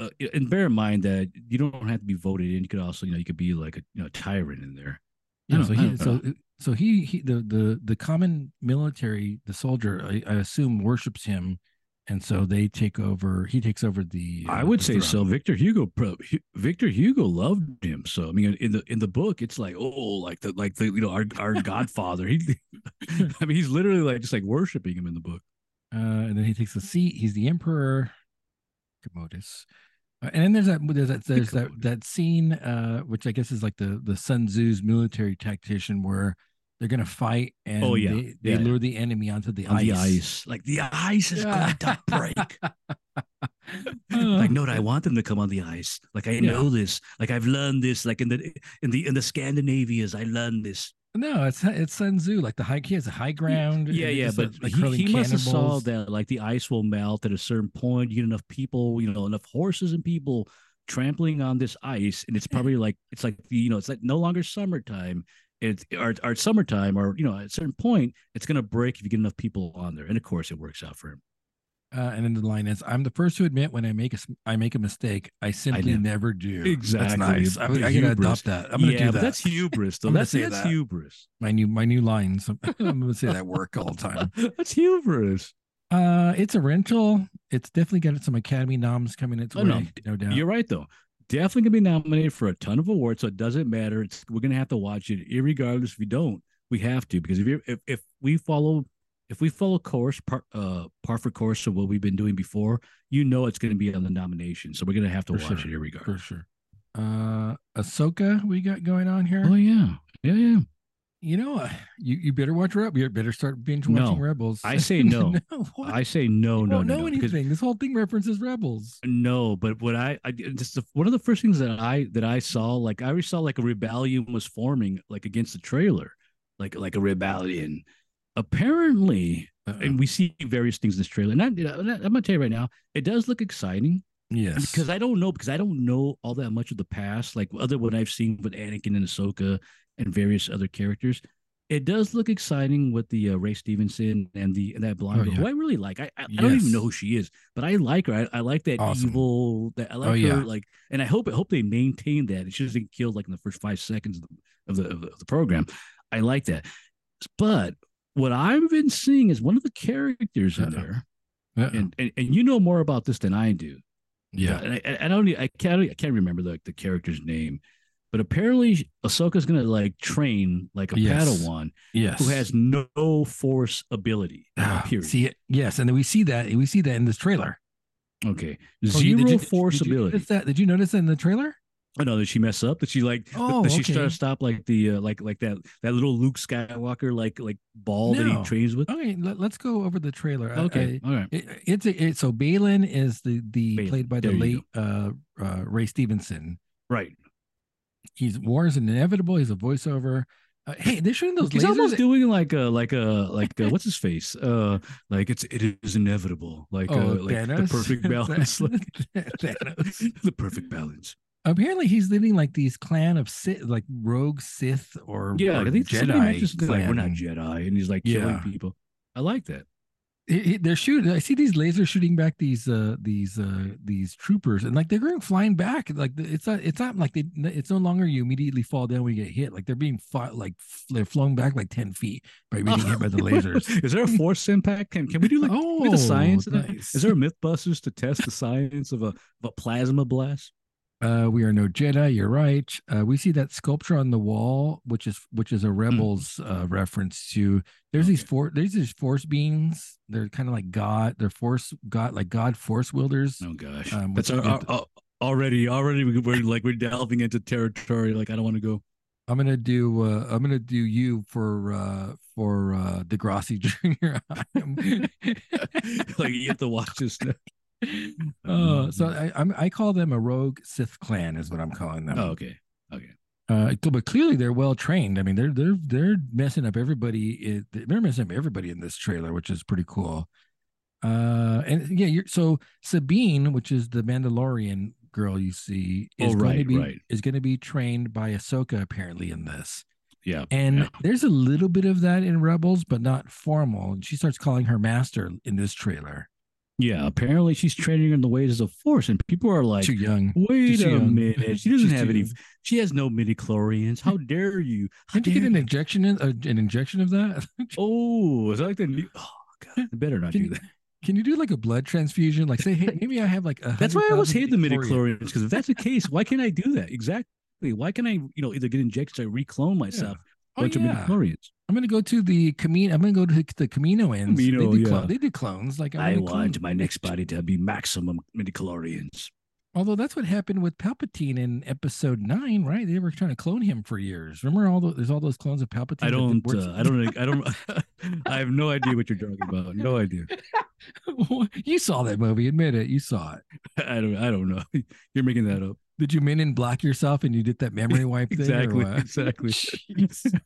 S2: uh, and bear in mind that you don't have to be voted in. You could also, you know, you could be like a you know tyrant in there. I
S1: Yeah,
S2: don't-
S1: so
S2: I
S1: he,
S2: don't
S1: so so he, he the the the common military the soldier I, I assume worships him, and so they take over. He takes over the.
S2: I
S1: uh,
S2: would
S1: the
S2: say so.
S1: throne.
S2: Victor Hugo, pro, Hu- Victor Hugo loved him. So I mean, in the in the book, it's like oh, like the like the you know our our Godfather. He, I mean, he's literally like just like worshiping him in the book.
S1: Uh, and then he takes the seat. He's the emperor, Commodus. Uh, and then there's that there's that there's that,
S2: Commodus.
S1: that scene, uh, which I guess is like the the Sun Tzu's military tactician, where they're gonna fight and
S2: Oh, yeah.
S1: they, they
S2: Yeah, yeah.
S1: lure the enemy onto the
S2: On
S1: ice.
S2: the ice, like the ice is
S1: Yeah.
S2: going to break. like no, I want them to come on the ice. Like I
S1: Yeah.
S2: know this. Like I've learned this. Like in the in the in the Scandinavias, I learned this.
S1: No, it's it's Sun Tzu. Like the high, he has a high ground.
S2: Yeah,
S1: and
S2: yeah,
S1: just, uh,
S2: but
S1: like,
S2: he,
S1: hurling
S2: he must have saw
S1: cannonballs.
S2: that like the ice will melt at a certain point. You get enough people, you know, enough horses and people trampling on this ice, and it's probably like it's like the you know it's like no longer summertime. It's or, or it's summertime, or you know, at a certain point, it's gonna break if you get enough people on there, and of course, it works out for him.
S1: Uh, and then the line is, "I'm the first to admit when I make a s- I make a mistake. I simply
S2: know.
S1: never do."
S2: Exactly.
S1: That's nice. I,
S2: The
S1: I gotta
S2: hubris.
S1: adopt that. I'm gonna
S2: yeah,
S1: do
S2: but
S1: that.
S2: that's hubris. Though.
S1: I'm gonna
S2: that's
S1: say
S2: that's
S1: that.
S2: hubris.
S1: my new my new line. So I'm gonna say that work all the time.
S2: that's hubris.
S1: Uh, it's a rental. It's definitely got some Academy noms coming its
S2: Oh,
S1: way,
S2: no.
S1: no, doubt.
S2: You're right though. Definitely gonna be nominated for a ton of awards, so it doesn't matter. It's we're gonna have to watch it, regardless. If we don't, we have to because if you if, if we follow if we follow course par uh par for course of what we've been doing before, you know it's gonna be on the nomination. So we're gonna have to
S1: For
S2: watch
S1: sure.
S2: it here
S1: for
S2: regardless.
S1: sure. Uh, Ahsoka, we got going on here.
S2: Oh yeah, yeah yeah.
S1: You know, uh, you you better watch Rebels. You better start binge watching
S2: No.
S1: Rebels.
S2: I say no.
S1: what?
S2: I say no
S1: You
S2: no
S1: don't
S2: no,
S1: know
S2: no, because-
S1: anything. This whole thing references Rebels.
S2: No, but what I, I just the, one of the first things that I that I saw, like I already saw like a rebellion was forming, like against the trailer, like like a rebellion. Apparently,
S1: Uh,
S2: Uh, and we see various things in this trailer. And I, I'm gonna tell you right now, it does look exciting
S1: yes,
S2: because I don't know because I don't know all that much of the past, like other what I've seen with Anakin and Ahsoka and various other characters. It does look exciting with the uh, Ray Stevenson and the and that blonde
S1: Oh,
S2: girl,
S1: yeah.
S2: who I really like. I I, I don't even
S1: Yes.
S2: know who she is, but I like her. I, I like that
S1: Awesome.
S2: evil. That I like
S1: Oh,
S2: her.
S1: yeah.
S2: Like, and I hope I hope they maintain that. It just not killed like in the first five seconds of the, of the of the program. I like that, but what I've been seeing is one of the characters in
S1: Uh-oh.
S2: there,
S1: Uh-uh.
S2: and, and and you know more about this than I do.
S1: yeah,
S2: And I- I, I don't. e, I can't. I can't remember the the character's name, but apparently Ahsoka's gonna like train like a
S1: Yes.
S2: Padawan
S1: yes.
S2: who has no force ability.
S1: Ah,
S2: period.
S1: See it? Yes, and then we see that we see that in this trailer.
S2: okay,
S1: Oh, you-
S2: zero
S1: did you-
S2: force
S1: did you
S2: ability.
S1: notice that? Did you notice that in the trailer?
S2: I know that she messed up. That she like. th-
S1: Oh,
S2: that she tried
S1: okay.
S2: to stop like the uh, like like that that little Luke Skywalker like like ball that
S1: No.
S2: he trains with.
S1: Okay, let, us go over the trailer. I-
S2: Okay,
S1: I-
S2: all right.
S1: it, it's a, it, so Balin is the the
S2: Balin,
S1: played by the
S2: there you
S1: late uh, uh, Ray Stevenson.
S2: Right.
S1: He's war is inevitable. He's a voiceover. Uh, hey, they're showing those
S2: He's
S1: lasers.
S2: almost doing like a like a like a, what's his face? Uh, like it's it is inevitable. Like uh,
S1: oh,
S2: like the
S1: Thanos.
S2: perfect balance. like,
S1: Thanos.
S2: the perfect balance.
S1: Apparently, he's leading like these clan of Sith, like rogue Sith or
S2: Yeah,
S1: or
S2: I think somebody
S1: Jedi.
S2: mentions like we're not
S1: clan.
S2: Jedi, and he's like killing
S1: Yeah.
S2: people. I like that.
S1: He- he- they're shooting. I see these lasers shooting back these uh these uh these troopers, and like they're going flying back. Like the- it's not it's not like they it's no longer you immediately fall down when you get hit. Like they're being fought like f- they're flown back like ten feet by being hit by the lasers. Oh,
S2: Is there a force impact? Can can we do like can we do the science? of that?
S1: nice.
S2: Is there a MythBusters to test the science of a, of a plasma blast?
S1: Uh, we are no Jedi. You're right. Uh, we see that sculpture on the wall, which is which is a rebels uh, reference to. There's these
S2: Mm. Okay.
S1: four. There's these force beings. They're kind of like God. They're force God like God force wielders.
S2: Oh gosh,
S1: Um,
S2: that's
S1: which
S2: our,
S1: we have to-
S2: our- already already we- we're like we're delving into territory. Like I don't want to go.
S1: I'm gonna do. Uh, I'm gonna do you for uh, for uh, Degrassi Jr.
S2: like you have to watch this. Oh, Now.
S1: uh, so I, I'm, I call them a rogue Sith clan is what I'm calling them.
S2: Oh, okay.
S1: Uh, cl- but clearly they're well trained. I mean, they're they're they're messing up everybody. i- They're messing up everybody in this trailer, which is pretty cool. Uh, and yeah, you're so Sabine, which is the Mandalorian girl you see, is
S2: Oh,
S1: going to
S2: right,
S1: be
S2: right.
S1: is going to be trained by Ahsoka apparently in this.
S2: Yeah.
S1: And
S2: Yeah.
S1: there's a little bit of that in Rebels, but not formal. And she starts calling her master in this trailer.
S2: Yeah. Apparently, she's training in the ways of the force, and people are like,
S1: Too young.
S2: Wait
S1: She's too
S2: a
S1: young.
S2: minute. She doesn't
S1: She's
S2: have
S1: too
S2: any.
S1: young.
S2: She has no midi chlorians. How dare you? How
S1: Can't you
S2: dare
S1: get an
S2: you?
S1: injection? In, uh, an injection of that?
S2: Oh, is that like the new? Oh God, I better not
S1: Can
S2: do
S1: you-
S2: that.
S1: Can you do like a blood transfusion? Like say, hey, maybe I have like a.
S2: That's why I always hate the midi
S1: midichlorians.
S2: chlorians because if that's the case, why can't I do that exactly? Why can I, you know, either get injected or reclone myself?
S1: Oh
S2: bunch
S1: yeah.
S2: of midi chlorians.
S1: I'm gonna go to the Camino. I'm gonna go to the Camino ends.
S2: Camino,
S1: they, do
S2: yeah.
S1: clones. they do clones. Like
S2: I
S1: wanna
S2: want
S1: clone-
S2: my next body to be maximum midi chlorians.
S1: Although that's what happened with Palpatine in Episode Nine, right? They were trying to clone him for years. Remember all the, there's all those clones of Palpatine.
S2: I
S1: that
S2: don't.
S1: didn't work?
S2: Uh, I don't. I don't. I have no idea what you're talking about. No idea. uh,
S1: you saw that movie. Admit it. You saw it.
S2: I don't. I don't know. You're making that up.
S1: Did you men in black yourself and you did that memory wipe? Thing or
S2: Exactly.
S1: what?
S2: Exactly.
S1: Jeez.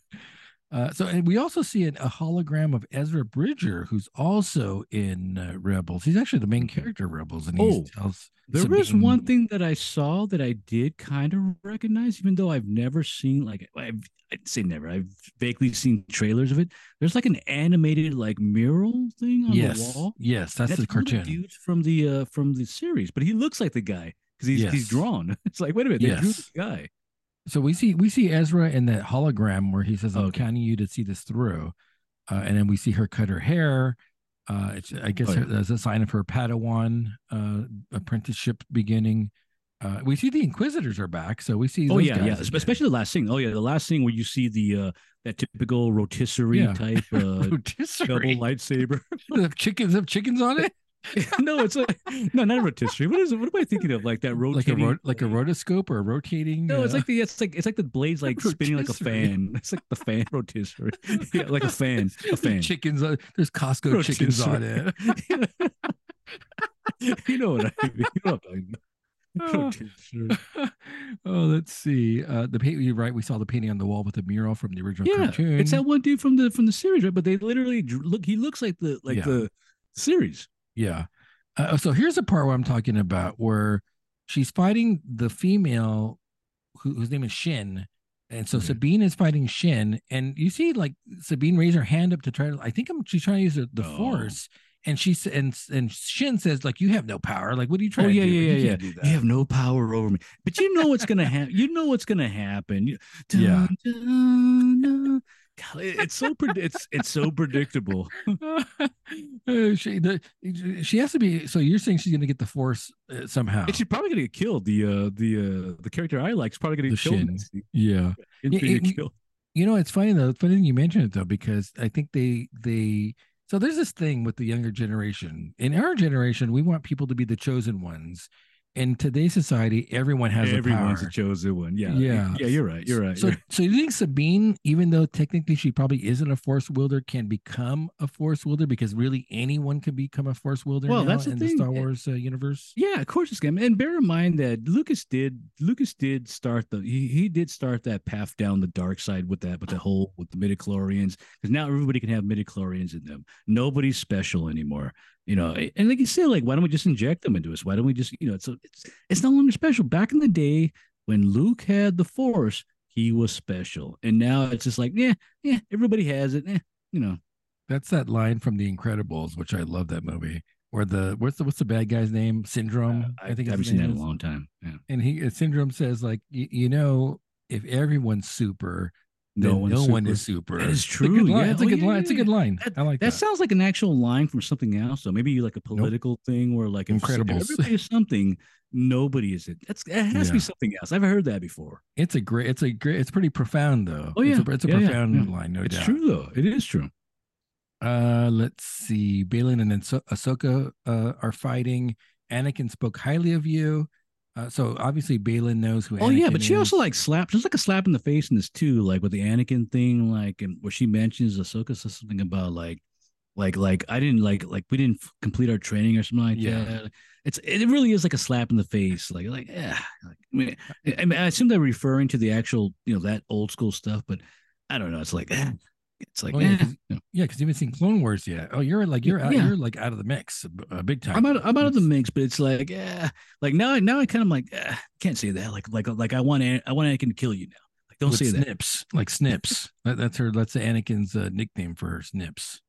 S1: Uh, so, and we also see an, a hologram of Ezra Bridger, who's also in uh, Rebels. He's actually the main character of Rebels, and he
S2: Mm-hmm. Oh,
S1: tells.
S2: There
S1: Sabine-
S2: was one thing that I saw that I did kind of recognize, even though I've never seen like I've, I'd say never. I've vaguely seen trailers of it. There's like an animated like mural thing on
S1: Yes,
S2: the wall.
S1: yes, that's, the
S2: one of
S1: cartoon.
S2: dudes from the uh, from the series, but he looks like the guy because he's
S1: Yes.
S2: he's drawn. It's like wait a minute, they drew
S1: Yes.
S2: the guy.
S1: So we see we see Ezra in that hologram where he says, "I'm
S2: Okay.
S1: counting you to see this through," uh, and then we see her cut her hair. Uh, it's, I guess
S2: Oh, yeah.
S1: her- that's a sign of her Padawan uh, apprenticeship beginning. Uh, we see the Inquisitors are back, so we see.
S2: Oh
S1: those
S2: yeah,
S1: guys
S2: yeah.
S1: again.
S2: espe- Especially the last scene. Oh yeah, the last scene where you see the uh, that typical rotisserie
S1: Yeah.
S2: type uh, double
S1: rotisserie.
S2: lightsaber.
S1: They have chickens have chickens on it,
S2: no, it's like no, not a rotisserie. What is it? What am I thinking of? Like that
S1: like a
S2: rotating,
S1: ro- like a rotoscope or a rotating.
S2: No, it's
S1: uh,
S2: like the it's like it's like the blades like spinning like a
S1: Rotisserie.
S2: fan. It's like the fan rotisserie. Yeah, like a fan, a fan.
S1: Chickens. On, there's Costco chickens on
S2: Rotisserie.
S1: it.
S2: you know what I mean? You know what I'm talking about. Rotisserie.
S1: oh, let's see. Uh, the paint. You're right. We saw the painting on the wall with the mural from the original
S2: Yeah,
S1: cartoon.
S2: it's that one dude from the from the series, right? But they literally dr- look. He looks like the like
S1: Yeah.
S2: the series.
S1: Yeah. Uh, so here's the part where I'm talking about where she's fighting the female who, whose name is Shin. And so
S2: Okay.
S1: Sabine is fighting Shin. And you see, like, Sabine raise her hand up to try to, I think I'm, she's trying to use the, the
S2: Oh.
S1: force. And she s- and and Shin says, like, you have no power. Like, what are you trying
S2: Oh
S1: to
S2: yeah,
S1: do?
S2: yeah,
S1: Like,
S2: yeah,
S1: you
S2: yeah.
S1: can't do that."
S2: You have no power over me, but you know what's gonna happen. You know what's gonna happen. You-
S1: Yeah.
S2: Dun, dun, dun. God, it- It's so pred- it's it's so predictable.
S1: Uh, she, the, she has to be. So you're saying she's going to get the force uh, somehow.
S2: And she's probably gonna get killed. The uh the uh the character I like is probably gonna
S1: The
S2: get killed. in
S1: Shin.
S2: this thing.
S1: yeah.
S2: Intrigue
S1: it-
S2: and kill.
S1: You know, it's funny though. It's funny you mentioned it though, because I think they they so there's this thing with the younger generation. In our generation, we want people to be the chosen ones. In today's society, everyone has
S2: Everyone's
S1: a
S2: a
S1: power.
S2: chosen one. Yeah,
S1: Yeah.
S2: yeah. You're right. You're right.
S1: So,
S2: you're right.
S1: so you think Sabine, even though technically she probably isn't a force wielder, can become a force wielder because really anyone can become a force wielder
S2: Well,
S1: now
S2: that's the
S1: in the
S2: thing.
S1: Star
S2: It-
S1: Wars uh, universe.
S2: Yeah, of course it's gonna. And bear in mind that Lucas did Lucas did start the he, he did start that path down the dark side with that with the whole with the midichlorians because now everybody can have midichlorians in them. Nobody's special anymore, you know. a- And like you said, like why don't we just inject them into us? Why don't we just you know? It's a, it's it's no longer special. Back in the day when Luke had the Force, he was special, and now it's just like yeah, yeah, everybody has it. Eh, you know,
S1: That's that line from The Incredibles, which I love that movie. Where the what's the what's the bad guy's name? Syndrome.
S2: Uh, I, think
S1: his
S2: I haven't seen
S1: name
S2: that in a
S1: is.
S2: long time. Yeah.
S1: and he uh, syndrome says like y- you know if everyone's super then no,
S2: one's
S1: one
S2: super-
S1: is super
S2: That is
S1: It's a
S2: true,
S1: good line.
S2: yeah.
S1: it's a
S2: Oh,
S1: good
S2: yeah,
S1: line it's a
S2: yeah,
S1: good
S2: yeah.
S1: line i like
S2: that,
S1: that,
S2: sounds like an actual line from something else, though. Maybe like a political thing, where like if
S1: Incredibles.
S2: everybody is something, nobody is it. That's it has to be
S1: Yeah.
S2: something else. I've heard that before.
S1: it's a great it's a great it's pretty profound though
S2: Oh,
S1: it's a,
S2: yeah,
S1: it's a
S2: yeah, yeah,
S1: profound
S2: yeah.
S1: line no
S2: it's
S1: doubt
S2: true though. It is true.
S1: uh let's see balin and Ahso- ahsoka uh, are fighting anakin spoke highly of you uh, so obviously balin knows who
S2: Oh yeah,
S1: Anakin
S2: but she also
S1: is.
S2: like slapped. There's like a slap in the face in this too, like with the Anakin thing, like and where she mentions Ahsoka says something about like, like like I didn't like like we didn't f- complete our training or something like
S1: Yeah.
S2: that. It's it really is like a slap in the face, like like yeah. Like, I mean, I, I mean, I assume they're referring to the actual you know that old school stuff, but I don't know. It's like eh. it's like
S1: Oh, yeah,
S2: eh.
S1: 'cause- yeah because you haven't seen clone wars yet oh you're like you're out
S2: Yeah.
S1: you're like out of the mix uh, big time
S2: I'm out. I'm out of the
S1: It's-
S2: mix, but it's like, yeah, like now, I now I kind of like eh, can't say that. Like, like, like I want, An- I want Anakin to kill you now. Like, don't
S1: with
S2: say that.
S1: Snips, like Snips. That- that's her. That's Anakin's uh, nickname for her. Snips.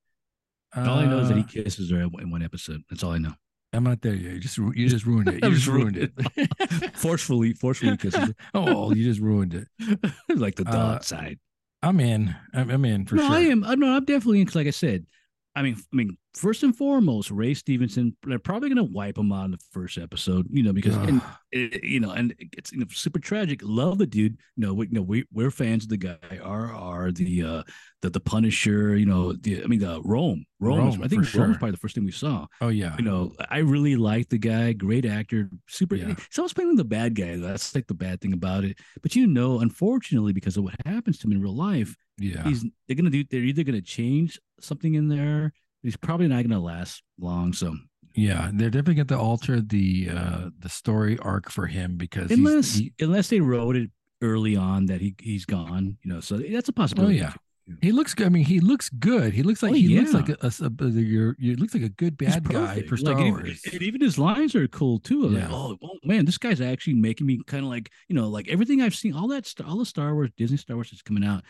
S2: All I know is that he
S1: Uh,
S2: kisses her in one episode. That's all I know.
S1: I'm not there yet. You just ru- you just ruined it. You
S2: I'm
S1: just
S2: just
S1: ruined
S2: ruined Forcefully, forcefully kisses
S1: it. oh, you just ruined it.
S2: her. like the
S1: Uh,
S2: dark side.
S1: I'm in. I'm, I'm in for
S2: no,
S1: sure.
S2: I am. uh, No, I'm definitely in. 'cause Like I said, I mean, I mean, first and foremost, Ray Stevenson. They're probably gonna wipe him out in the first episode, you know, because and,
S1: Ugh.
S2: uh, you know, and it's you know, super tragic. Love the dude. No, we, no, we we're fans of the guy. RR, the uh, the the Punisher. You know, the I mean, the Rome. Rome. is-
S1: Rome,
S2: I think
S1: for
S2: Rome
S1: sure.
S2: was probably the first thing we saw.
S1: oh yeah.
S2: you know, I really like the guy, great actor, super.
S1: Yeah.
S2: He's always playing the bad guy. That's like the bad thing about it. But you know, unfortunately, because of what happens to him in real life,
S1: Yeah.
S2: he's they're gonna do. They're either gonna change something in there. He's probably not gonna last long. So
S1: Yeah. They're definitely going to alter the uh the story arc for him because he's-
S2: unless
S1: he-
S2: unless they wrote it early on that he he's gone, you know, so that's a
S1: oh
S2: possibility.
S1: yeah. He looks. good. I mean, he looks good. He looks like
S2: Oh,
S1: he looks
S2: yeah.
S1: like a, a, a your. You looks like a good
S2: He's
S1: bad guy
S2: perfect.
S1: for Star
S2: like, and even-
S1: Wars.
S2: And even his lines are cool too. I'm Like,
S1: Yeah.
S2: oh, oh, man, this guy's actually making me kind of like you know like everything I've seen, all that st- all the Star Wars, Disney Star Wars that's coming out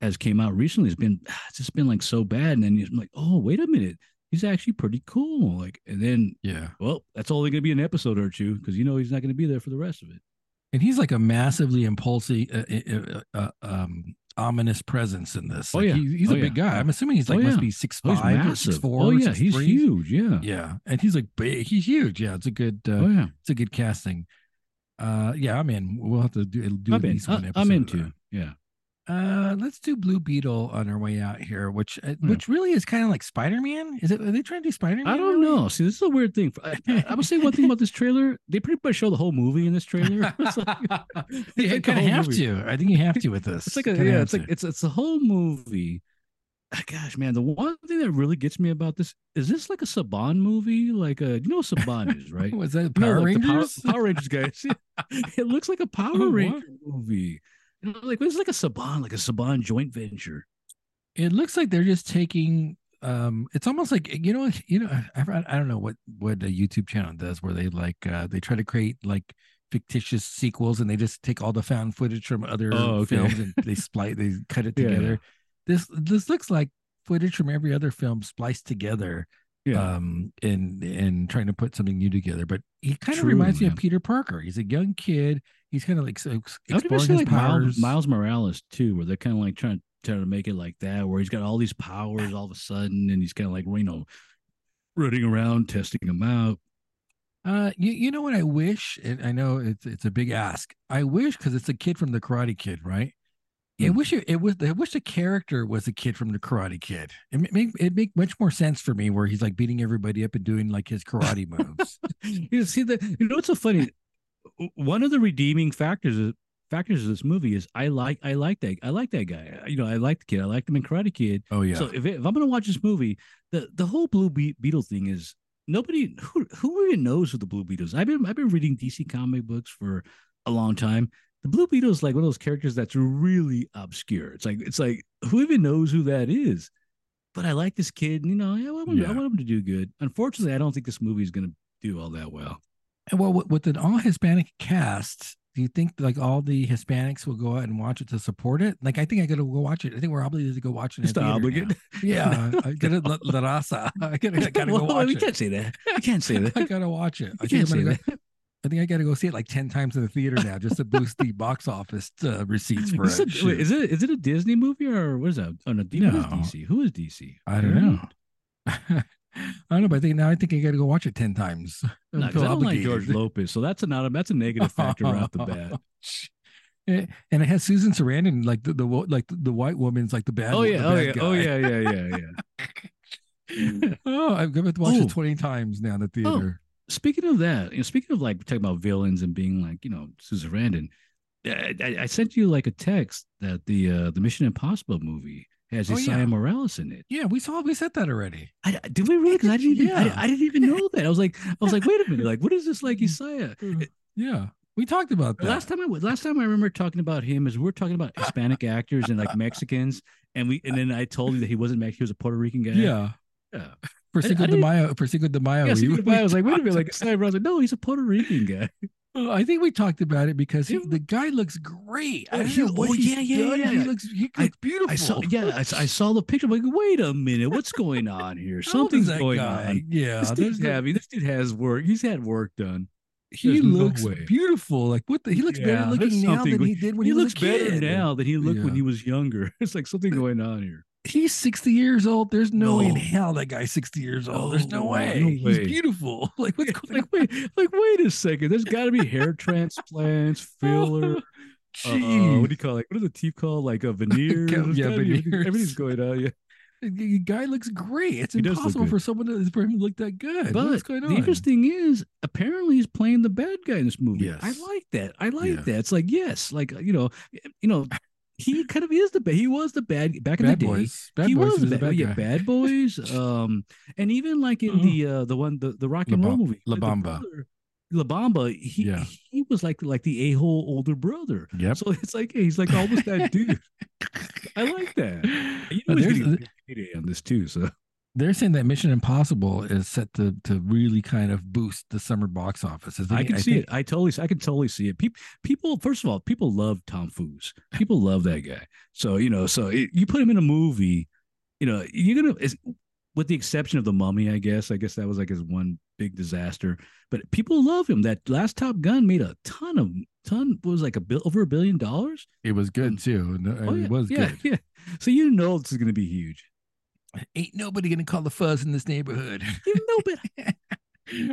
S2: has came out recently. It's been it's just been like so bad, and then you're like, oh wait a minute, he's actually pretty cool. Like, and then
S1: yeah,
S2: well, that's only going to be an episode or two because you know he's not going to be there for the rest of it.
S1: and he's like a massively impulsive, uh, uh, uh, um, ominous presence in this.
S2: Oh,
S1: Like,
S2: yeah.
S1: he- he's a
S2: Oh,
S1: big
S2: yeah.
S1: guy. I'm assuming he's
S2: Oh,
S1: like must
S2: yeah.
S1: be six
S2: Oh, he's
S1: five or
S2: massive.
S1: six four.
S2: oh yeah, he's huge. Yeah.
S1: Yeah, and he's like big. He's huge. Yeah, it's a good. Uh,
S2: Oh yeah.
S1: It's a good casting. Uh, yeah, I'm in. We'll have to do, do
S2: I'm
S1: at
S2: in.
S1: least one
S2: I,
S1: episode.
S2: I'm
S1: of
S2: into. Yeah.
S1: that. Uh, let's do Blue Beetle on our way out here, which uh,
S2: yeah.
S1: which really is kind of like Spider Man. Is it? Are they trying to do Spider Man?
S2: Hmm. I don't know. See, this is a weird thing. I, I- I would say one thing about this trailer. They pretty much show the whole movie in this trailer. It's like,
S1: yeah, you
S2: like the
S1: kind of
S2: whole
S1: have
S2: movie.
S1: to. I think you have to with this.
S2: it's like a,
S1: Kinda
S2: yeah,
S1: have
S2: it's like
S1: to.
S2: it's it's a whole movie. Ah, Gosh, man, the one thing that really gets me about this is this like a Saban movie? Like a you know what Saban is, right?
S1: was that
S2: You know,
S1: Power
S2: like the
S1: Rangers?
S2: Power, Power Rangers guys. it looks like a Power
S1: Oh, what?
S2: Ranger movie. You know, like it's like a Saban, like a Saban joint venture.
S1: it looks like they're just taking. Um, it's almost like you know, you know, I, I I don't know what what a YouTube channel does where they like uh they try to create like fictitious sequels and they just take all the found footage from other
S2: Oh, okay.
S1: films and they splice they cut it
S2: Yeah, yeah.
S1: together. This this looks like footage from every other film spliced together.
S2: Yeah.
S1: um and and trying to put something new together but he kind of reminds
S2: True,
S1: me
S2: man.
S1: of peter parker he's a young kid he's kind of like so- ex-
S2: I would even
S1: exploring
S2: say
S1: his
S2: like
S1: powers
S2: Miles, Miles Morales too, where they're kind of like trying trying to make it like that, where he's got all these powers all of a sudden, and he's kind of like you know, running around testing them out.
S1: uh you, you know what i wish and i know it's it's a big ask i wish because it's a kid from the karate kid right I
S2: Mm.
S1: wish it, it was. I wish the character was a kid from the Karate Kid. It ma- make it make much more sense for me where he's like beating everybody up and doing like his karate moves.
S2: You see the you know what's so funny? One of the redeeming factors is, factors of this movie is I like I like that I like that guy. You know I like the kid. I like him in Karate Kid.
S1: oh yeah,
S2: So if, it- if I'm gonna watch this movie, the the whole Blue Be- Beetle thing is nobody who who even knows who the Blue Beetle is. I've been I've been reading DC comic books for a long time. The Blue Beetle is like one of those characters that's really obscure. It's like it's like who even knows who that is. But I like this kid, and you know, I want, him-
S1: Yeah.
S2: I want him to do good. Unfortunately, I don't think this movie is gonna do all that well.
S1: And well, with, with an all Hispanic cast, do you think like all the Hispanics will go out and watch it to support it? Like, I think I gotta go watch it. I think we're obligated to go watch it. in
S2: It's
S1: a
S2: the
S1: theater
S2: obligate.
S1: now. Yeah, I gotta la, la raza. I gotta, I gotta go
S2: Well,
S1: watch
S2: we
S1: it.
S2: can't say that. We can't say that.
S1: I gotta watch it. I
S2: You
S1: think,
S2: can't
S1: I'm
S2: say
S1: gonna
S2: that.
S1: go, I think I gotta go see it like ten times in the theater now, just to boost the box office uh, receipts for
S2: This
S1: it.
S2: is a- wait,
S1: Shoot.
S2: is it is it a Disney movie or what is that? Oh no, D- what is
S1: No.
S2: DC? Who is DC?
S1: I don't
S2: Paramount?
S1: know. I don't know, but I think now I think I gotta go watch it ten times.
S2: No, Hmm. 'cause
S1: Feel
S2: I don't like
S1: obligated.
S2: George Lopez, so that's a not a, that's a negative factor right off the bat.
S1: Eh, And it has Susan Sarandon, like the, the wo- like the white woman's like the bad.
S2: Oh
S1: wo-
S2: yeah,
S1: the
S2: oh
S1: bad
S2: yeah,
S1: guy.
S2: oh yeah, yeah, yeah, yeah.
S1: oh, I've got to watch
S2: Oh.
S1: it twenty times now in the theater.
S2: Speaking of that, you know, speaking of like talking about villains and being like you know Susan Randon, I, I- I sent you like a text that the uh, the Mission Impossible movie has
S1: Oh,
S2: Isaiah
S1: yeah.
S2: Morales in it.
S1: Yeah, we saw we said that already.
S2: I, I- did we really? 'Cause I didn't even
S1: Yeah.
S2: I, I didn't even know that. I was like I was like wait a minute, like what is this like Isaiah?
S1: yeah, we talked about that.
S2: Hmm. Last time I w- last time I remember talking about him is we were talking about Hispanic actors and like Mexicans, and we and then I told you that he wasn't Mexican, he was a Puerto Rican guy.
S1: yeah.
S2: Yeah.
S1: For
S2: I- I
S1: Cinco de
S2: didn't-
S1: Mayo, for Cinco de Mayo,
S2: Yeah,
S1: we-
S2: Cinco de Mayo, I was like, wait a
S1: talked
S2: minute, like Sly Brown's like, no, he's a Puerto Rican guy.
S1: Oh, I think we talked about it because he,
S2: Yeah.
S1: the guy looks great. I
S2: Oh,
S1: don't
S2: he-
S1: know what
S2: oh,
S1: he's
S2: yeah, yeah,
S1: done.
S2: yeah,
S1: He
S2: yeah.
S1: looks, he
S2: I-
S1: looks beautiful.
S2: I saw, yeah, I, s- I saw the picture. I'm like, wait a minute, what's going on here?
S1: How old is
S2: Something's
S1: that
S2: going
S1: guy?
S2: on.
S1: Yeah,
S2: This
S1: there's
S2: dude's
S1: no-
S2: happy. This dude has work. He's had work done.
S1: he
S2: there's no
S1: looks
S2: way.
S1: beautiful. Like what? The, he looks
S2: Yeah,
S1: better looking
S2: there's
S1: now
S2: something
S1: than he
S2: we-
S1: did when he,
S2: he looks
S1: was a kid.
S2: better now than he looked
S1: Yeah.
S2: when he was younger. It's like something going on here.
S1: he's 60 years old. There's no, way in
S2: No.
S1: hell that guy's 60 years old. There's no
S2: No,
S1: way.
S2: no
S1: He's
S2: way.
S1: beautiful. Like what's going
S2: Like, wait, like, wait a second. There's got to be hair transplants,
S1: on?
S2: filler, uh, what do
S1: Jeez.
S2: you call it? What are the teeth called? Like a veneer?
S1: yeah, veneers.
S2: Everything's going on. Yeah.
S1: The- The guy looks great. It's
S2: He does look
S1: impossible
S2: good.
S1: for someone to, for him to look that good.
S2: But
S1: what's going on?
S2: the interesting is, apparently, he's playing the bad guy in this movie. I
S1: Yes.
S2: like that. I like
S1: Yeah.
S2: that. It's like yes, like uh, you know, you know, he kind of is the bad. He was the bad back in
S1: bad
S2: the day.
S1: boys. Bad
S2: he
S1: boys.
S2: was
S1: he
S2: the bad, yeah,
S1: guy.
S2: bad boys. Um, and even like in
S1: Mhm.
S2: the uh, the one the, the rock and
S1: La
S2: roll
S1: Bam-
S2: movie,
S1: La
S2: the
S1: Bamba.
S2: brother, La Bamba. He
S1: Yeah.
S2: he was like like the a hole older brother.
S1: Yep.
S2: So it's like he's like almost that dude. I like that. Somebody's
S1: there's-
S2: getting payday on this too. So
S1: They're saying that Mission Impossible is set to to really kind of boost the summer box office.
S2: I
S1: think-
S2: can see
S1: think-
S2: it. I totally, I can totally see it. People, people. First of all, people love Tom Foos. People love that guy. So you know, so it, you put him in a movie, you know, you're gonna, it's, with the exception of the Mummy, I guess. I guess that was like his one big disaster. But people love him. That last Top Gun made a ton of ton what was it, like a bill over a billion dollars.
S1: It was good too. and- and
S2: Oh, yeah,
S1: Uh, It was
S2: yeah,
S1: good.
S2: yeah. So you know this is gonna be huge.
S1: Ain't nobody gonna call the fuzz in this neighborhood.
S2: You know, but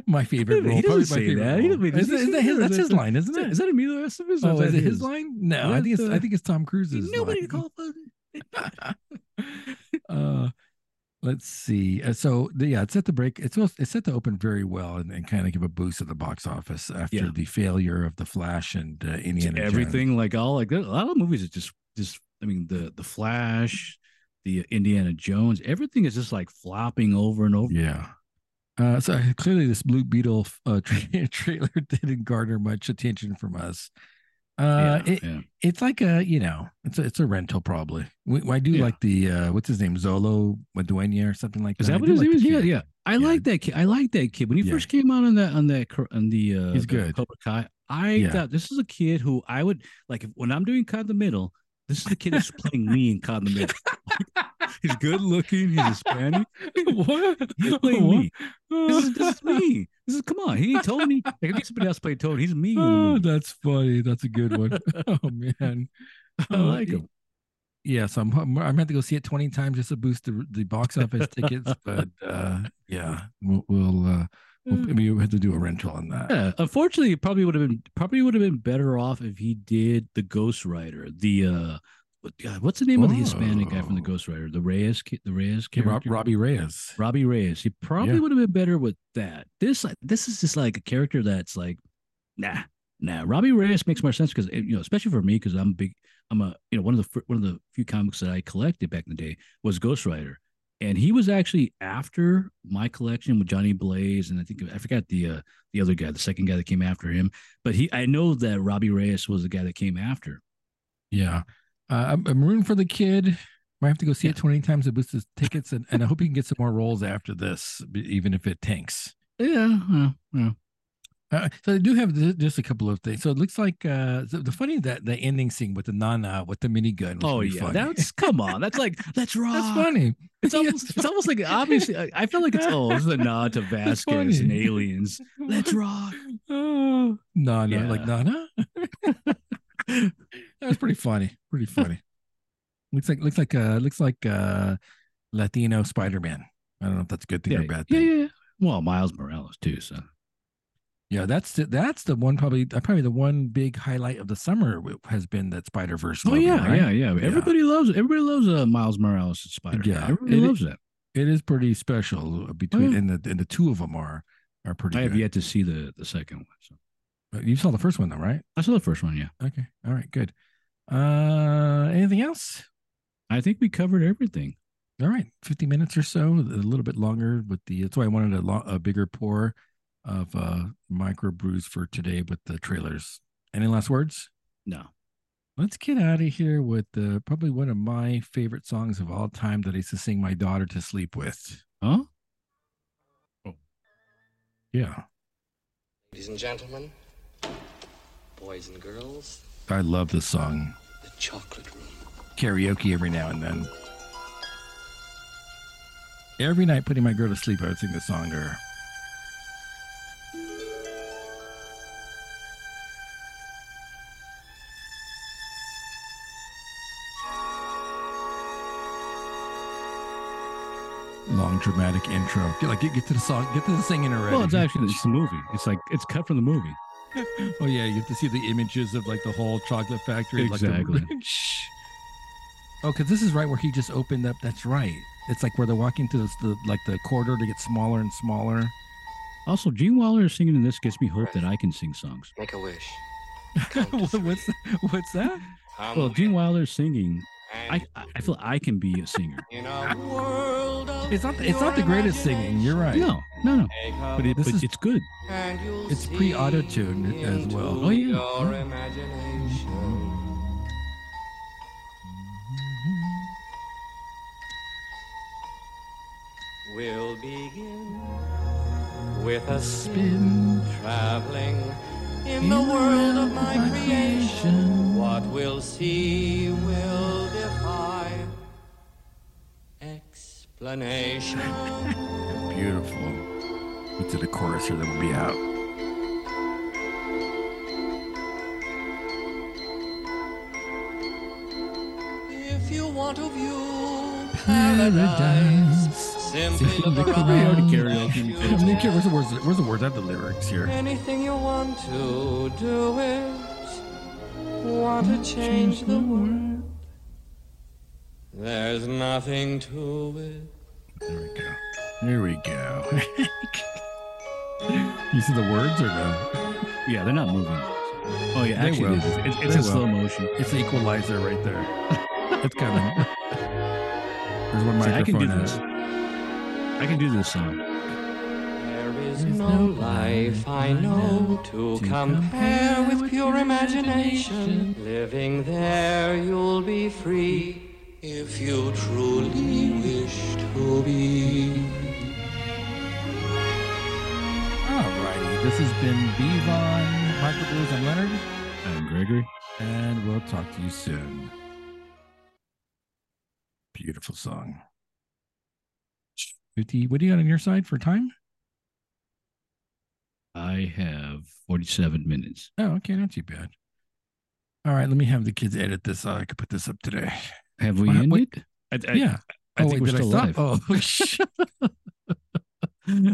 S1: my favorite
S2: He
S1: role. Probably
S2: doesn't
S1: my
S2: say
S1: favorite
S2: that. He
S1: role.
S2: doesn't-
S1: Is
S2: does he
S1: that- is
S2: say
S1: that
S2: that
S1: his-
S2: or
S1: that's
S2: is
S1: his
S2: that-
S1: line, isn't
S2: is that,
S1: it?
S2: is that Emilio Estevez? or
S1: Oh,
S2: that
S1: is it his
S2: his?
S1: line? No,
S2: That's
S1: I think it's I
S2: the-
S1: think it's Tom Cruise's.
S2: Ain't Nobody
S1: line.
S2: call Fuzz.
S1: uh let's see uh, so the- yeah it's set to break it's supposed- it's set to open very well and, and kind of give a boost at the box office after
S2: Yeah.
S1: the failure of the flash and uh,
S2: to
S1: indiana Jones.
S2: everything like all like a lot of movies is just just i mean the the flash the indiana jones everything is just like flopping over and over
S1: yeah uh, so clearly this blue beetle uh, tra- trailer didn't garner much attention from us uh
S2: yeah,
S1: it,
S2: yeah.
S1: it's like a you know it's a, it's a rental probably we, i do
S2: Yeah.
S1: like the uh what's his name zolo Maduena or something like
S2: is
S1: that
S2: that
S1: I
S2: what
S1: do
S2: his
S1: like
S2: name
S1: the
S2: is yeah
S1: kid.
S2: yeah i
S1: Yeah.
S2: like that kid i like that kid when he
S1: Yeah.
S2: first came out on that on that cor- on the uh
S1: He's
S2: the
S1: good.
S2: Cobra Kai, i
S1: Yeah.
S2: thought this is a kid who i would like if, when i'm doing cod in the middle this is the kid that's playing me in cod in the middle he's good looking he's hispanic
S1: what?
S2: he's playing me this is, this is me this is come on he ain't tony like if he's somebody else played tony he's me in the
S1: Oh,
S2: movie.
S1: that's funny. That's a good one. oh man,
S2: I
S1: Uh,
S2: like him.
S1: Yeah, so I'm I'm I'm gonna have to go see it 20 times just to boost the the box office tickets. But uh, yeah, we'll we'll, uh, we'll maybe we have to do a rental on that.
S2: Yeah, unfortunately, it probably would have been probably would have been better off if he did the Ghost Rider. The uh, what, God, what's the name of the Hispanic guy from the
S1: Oh.
S2: Ghost Rider? The Reyes, ki- the Reyes
S1: Yeah,
S2: character,
S1: Rob, Robbie Reyes.
S2: Robbie Reyes. He probably
S1: Yeah.
S2: would have been better with that. This like, this is just like a character that's like, nah, nah. Robbie Reyes makes more sense because you know, especially for me, because I'm big. I'm a you know one of the fir- one of the few comics that I collected back in the day was Ghost Rider, and he was actually after my collection with Johnny Blaze, and I think I forgot the uh, the other guy, the second guy that came after him. But he, I know that Robbie Reyes was the guy that came after.
S1: Yeah, uh, I'm, I'm rooting for the kid. Might have to go see it
S2: Yeah.
S1: 20 times to boost his tickets, and, and I hope he can get some more roles after this, b- even if it tanks.
S2: Yeah, uh, yeah.
S1: Uh, so they do have th- just a couple of things. So it looks like uh, so the funny that the ending scene with the nana with the minigun. was
S2: Oh
S1: pretty
S2: yeah,
S1: funny.
S2: that's come on. That's like that's rock.
S1: that's funny.
S2: It's
S1: Yes.
S2: almost it's almost like obviously I I feel like it's oh this is a nod to
S1: That's
S2: Vasquez and
S1: funny.
S2: aliens. Let's rock.
S1: Oh, nana, like
S2: Yeah.
S1: nana. that was pretty funny. Pretty funny. looks like looks like uh looks like uh Latino Spider Man. I don't know if that's a good thing
S2: Yeah,
S1: or a bad
S2: yeah,
S1: thing.
S2: yeah. Oh, Well, Miles Morales too. So
S1: Yeah, that's the, that's the one probably uh, probably the one big highlight of the summer w- has been that Spider Verse.
S2: oh yeah,
S1: right?
S2: yeah, yeah. Everybody loves everybody loves uh, Miles Morales and Spider.
S1: Yeah,
S2: everybody
S1: it-
S2: loves that.
S1: It is pretty special uh, between
S2: yeah.
S1: and the and the two of them are are pretty.
S2: Mm. I have
S1: good.
S2: yet to see the the second one. So
S1: Uh, You saw the first one though, right?
S2: I saw the first one. Yeah,
S1: Okay. All right. Good. Uh, anything else?
S2: I think we covered everything.
S1: All right, fifty minutes or so, a little bit longer. With the that's why I wanted a, lo- a bigger pour of uh, micro brews for today with the trailers. Any last words?
S2: No,
S1: Let's get out of here with uh, probably one of my favorite songs of all time that I used to sing my daughter to sleep with.
S2: huh?
S1: Yeah,
S3: Ladies and gentlemen, boys and girls,
S1: I love this song.
S3: the chocolate room.
S1: Karaoke every now and then. Every night, putting my girl to sleep, I would sing this song to her. Long dramatic intro. Get, like get, get to the song, get to the singing already.
S2: Well, it's actually it's the movie. It's like it's cut from the movie.
S1: Oh yeah, you have to see the images of like the whole chocolate factory. Like
S2: Exactly.
S1: the... Shh. oh, because this is right where he just opened up. That's right. It's like where they're walking through this, the like the corridor to get smaller and smaller.
S2: Also, Gene Waller singing in this gives me hope that I can sing songs.
S3: Make a wish. Count to
S1: What-
S3: three.
S1: what's what's that?
S3: Come
S2: Well, Gene Wilder singing, I
S3: and
S2: I I feel I can be a singer.
S3: in a world of
S1: It's not it's not the greatest singing. You're right.
S2: No, no, no.
S3: Take a
S2: But, it,
S1: This
S2: but
S1: is-
S2: it's good.
S3: and you'll
S1: It's pre-auto
S3: see
S1: tune as well.
S3: into
S2: Oh, yeah.
S3: Your imagination.
S4: We'll begin with a spin
S1: Spin
S4: traveling in the world of my creation. What we'll see will defy explanation.
S5: Beautiful. Get to the chorus or then we'll be out.
S4: if you want to view paradise,
S1: paradise.
S4: simply
S1: See,
S4: look
S1: the
S4: around.
S1: karaoke
S4: if you
S5: I mean, okay, where's the words? Where's the words? I have the lyrics here.
S4: Anything you want to do it. Want to change the world. There's nothing to it.
S5: There we go. There we go. you see the words or no?
S2: Yeah, they're not moving. Oh yeah,
S5: They
S2: actually,
S5: will.
S2: it is. It's,
S5: They
S2: it's in
S5: will.
S2: slow motion.
S5: It's the equalizer right there. It's coming. There's one
S2: See,
S5: microphone.
S2: I can do
S5: out.
S2: this. I can do this song.
S4: There is no life I know to compare with pure imagination. Living there, you'll be free if you truly wish to be.
S1: Alrighty, this has been Bevon, Michael Blues, and Leonard,
S2: Um, Gregory.
S1: and we'll talk to you soon. Beautiful song. Fifty. What do you got on your side for time?
S2: I have 47 minutes.
S1: Oh, okay, not too bad. All right, let me have the kids edit this. So I could put this up today.
S2: Have we
S1: Wow,
S2: ended?
S1: wait.
S2: I, I,
S1: yeah. Oh,
S2: I think we're
S1: did
S2: still
S1: stop?
S2: live.
S1: Oh, shit.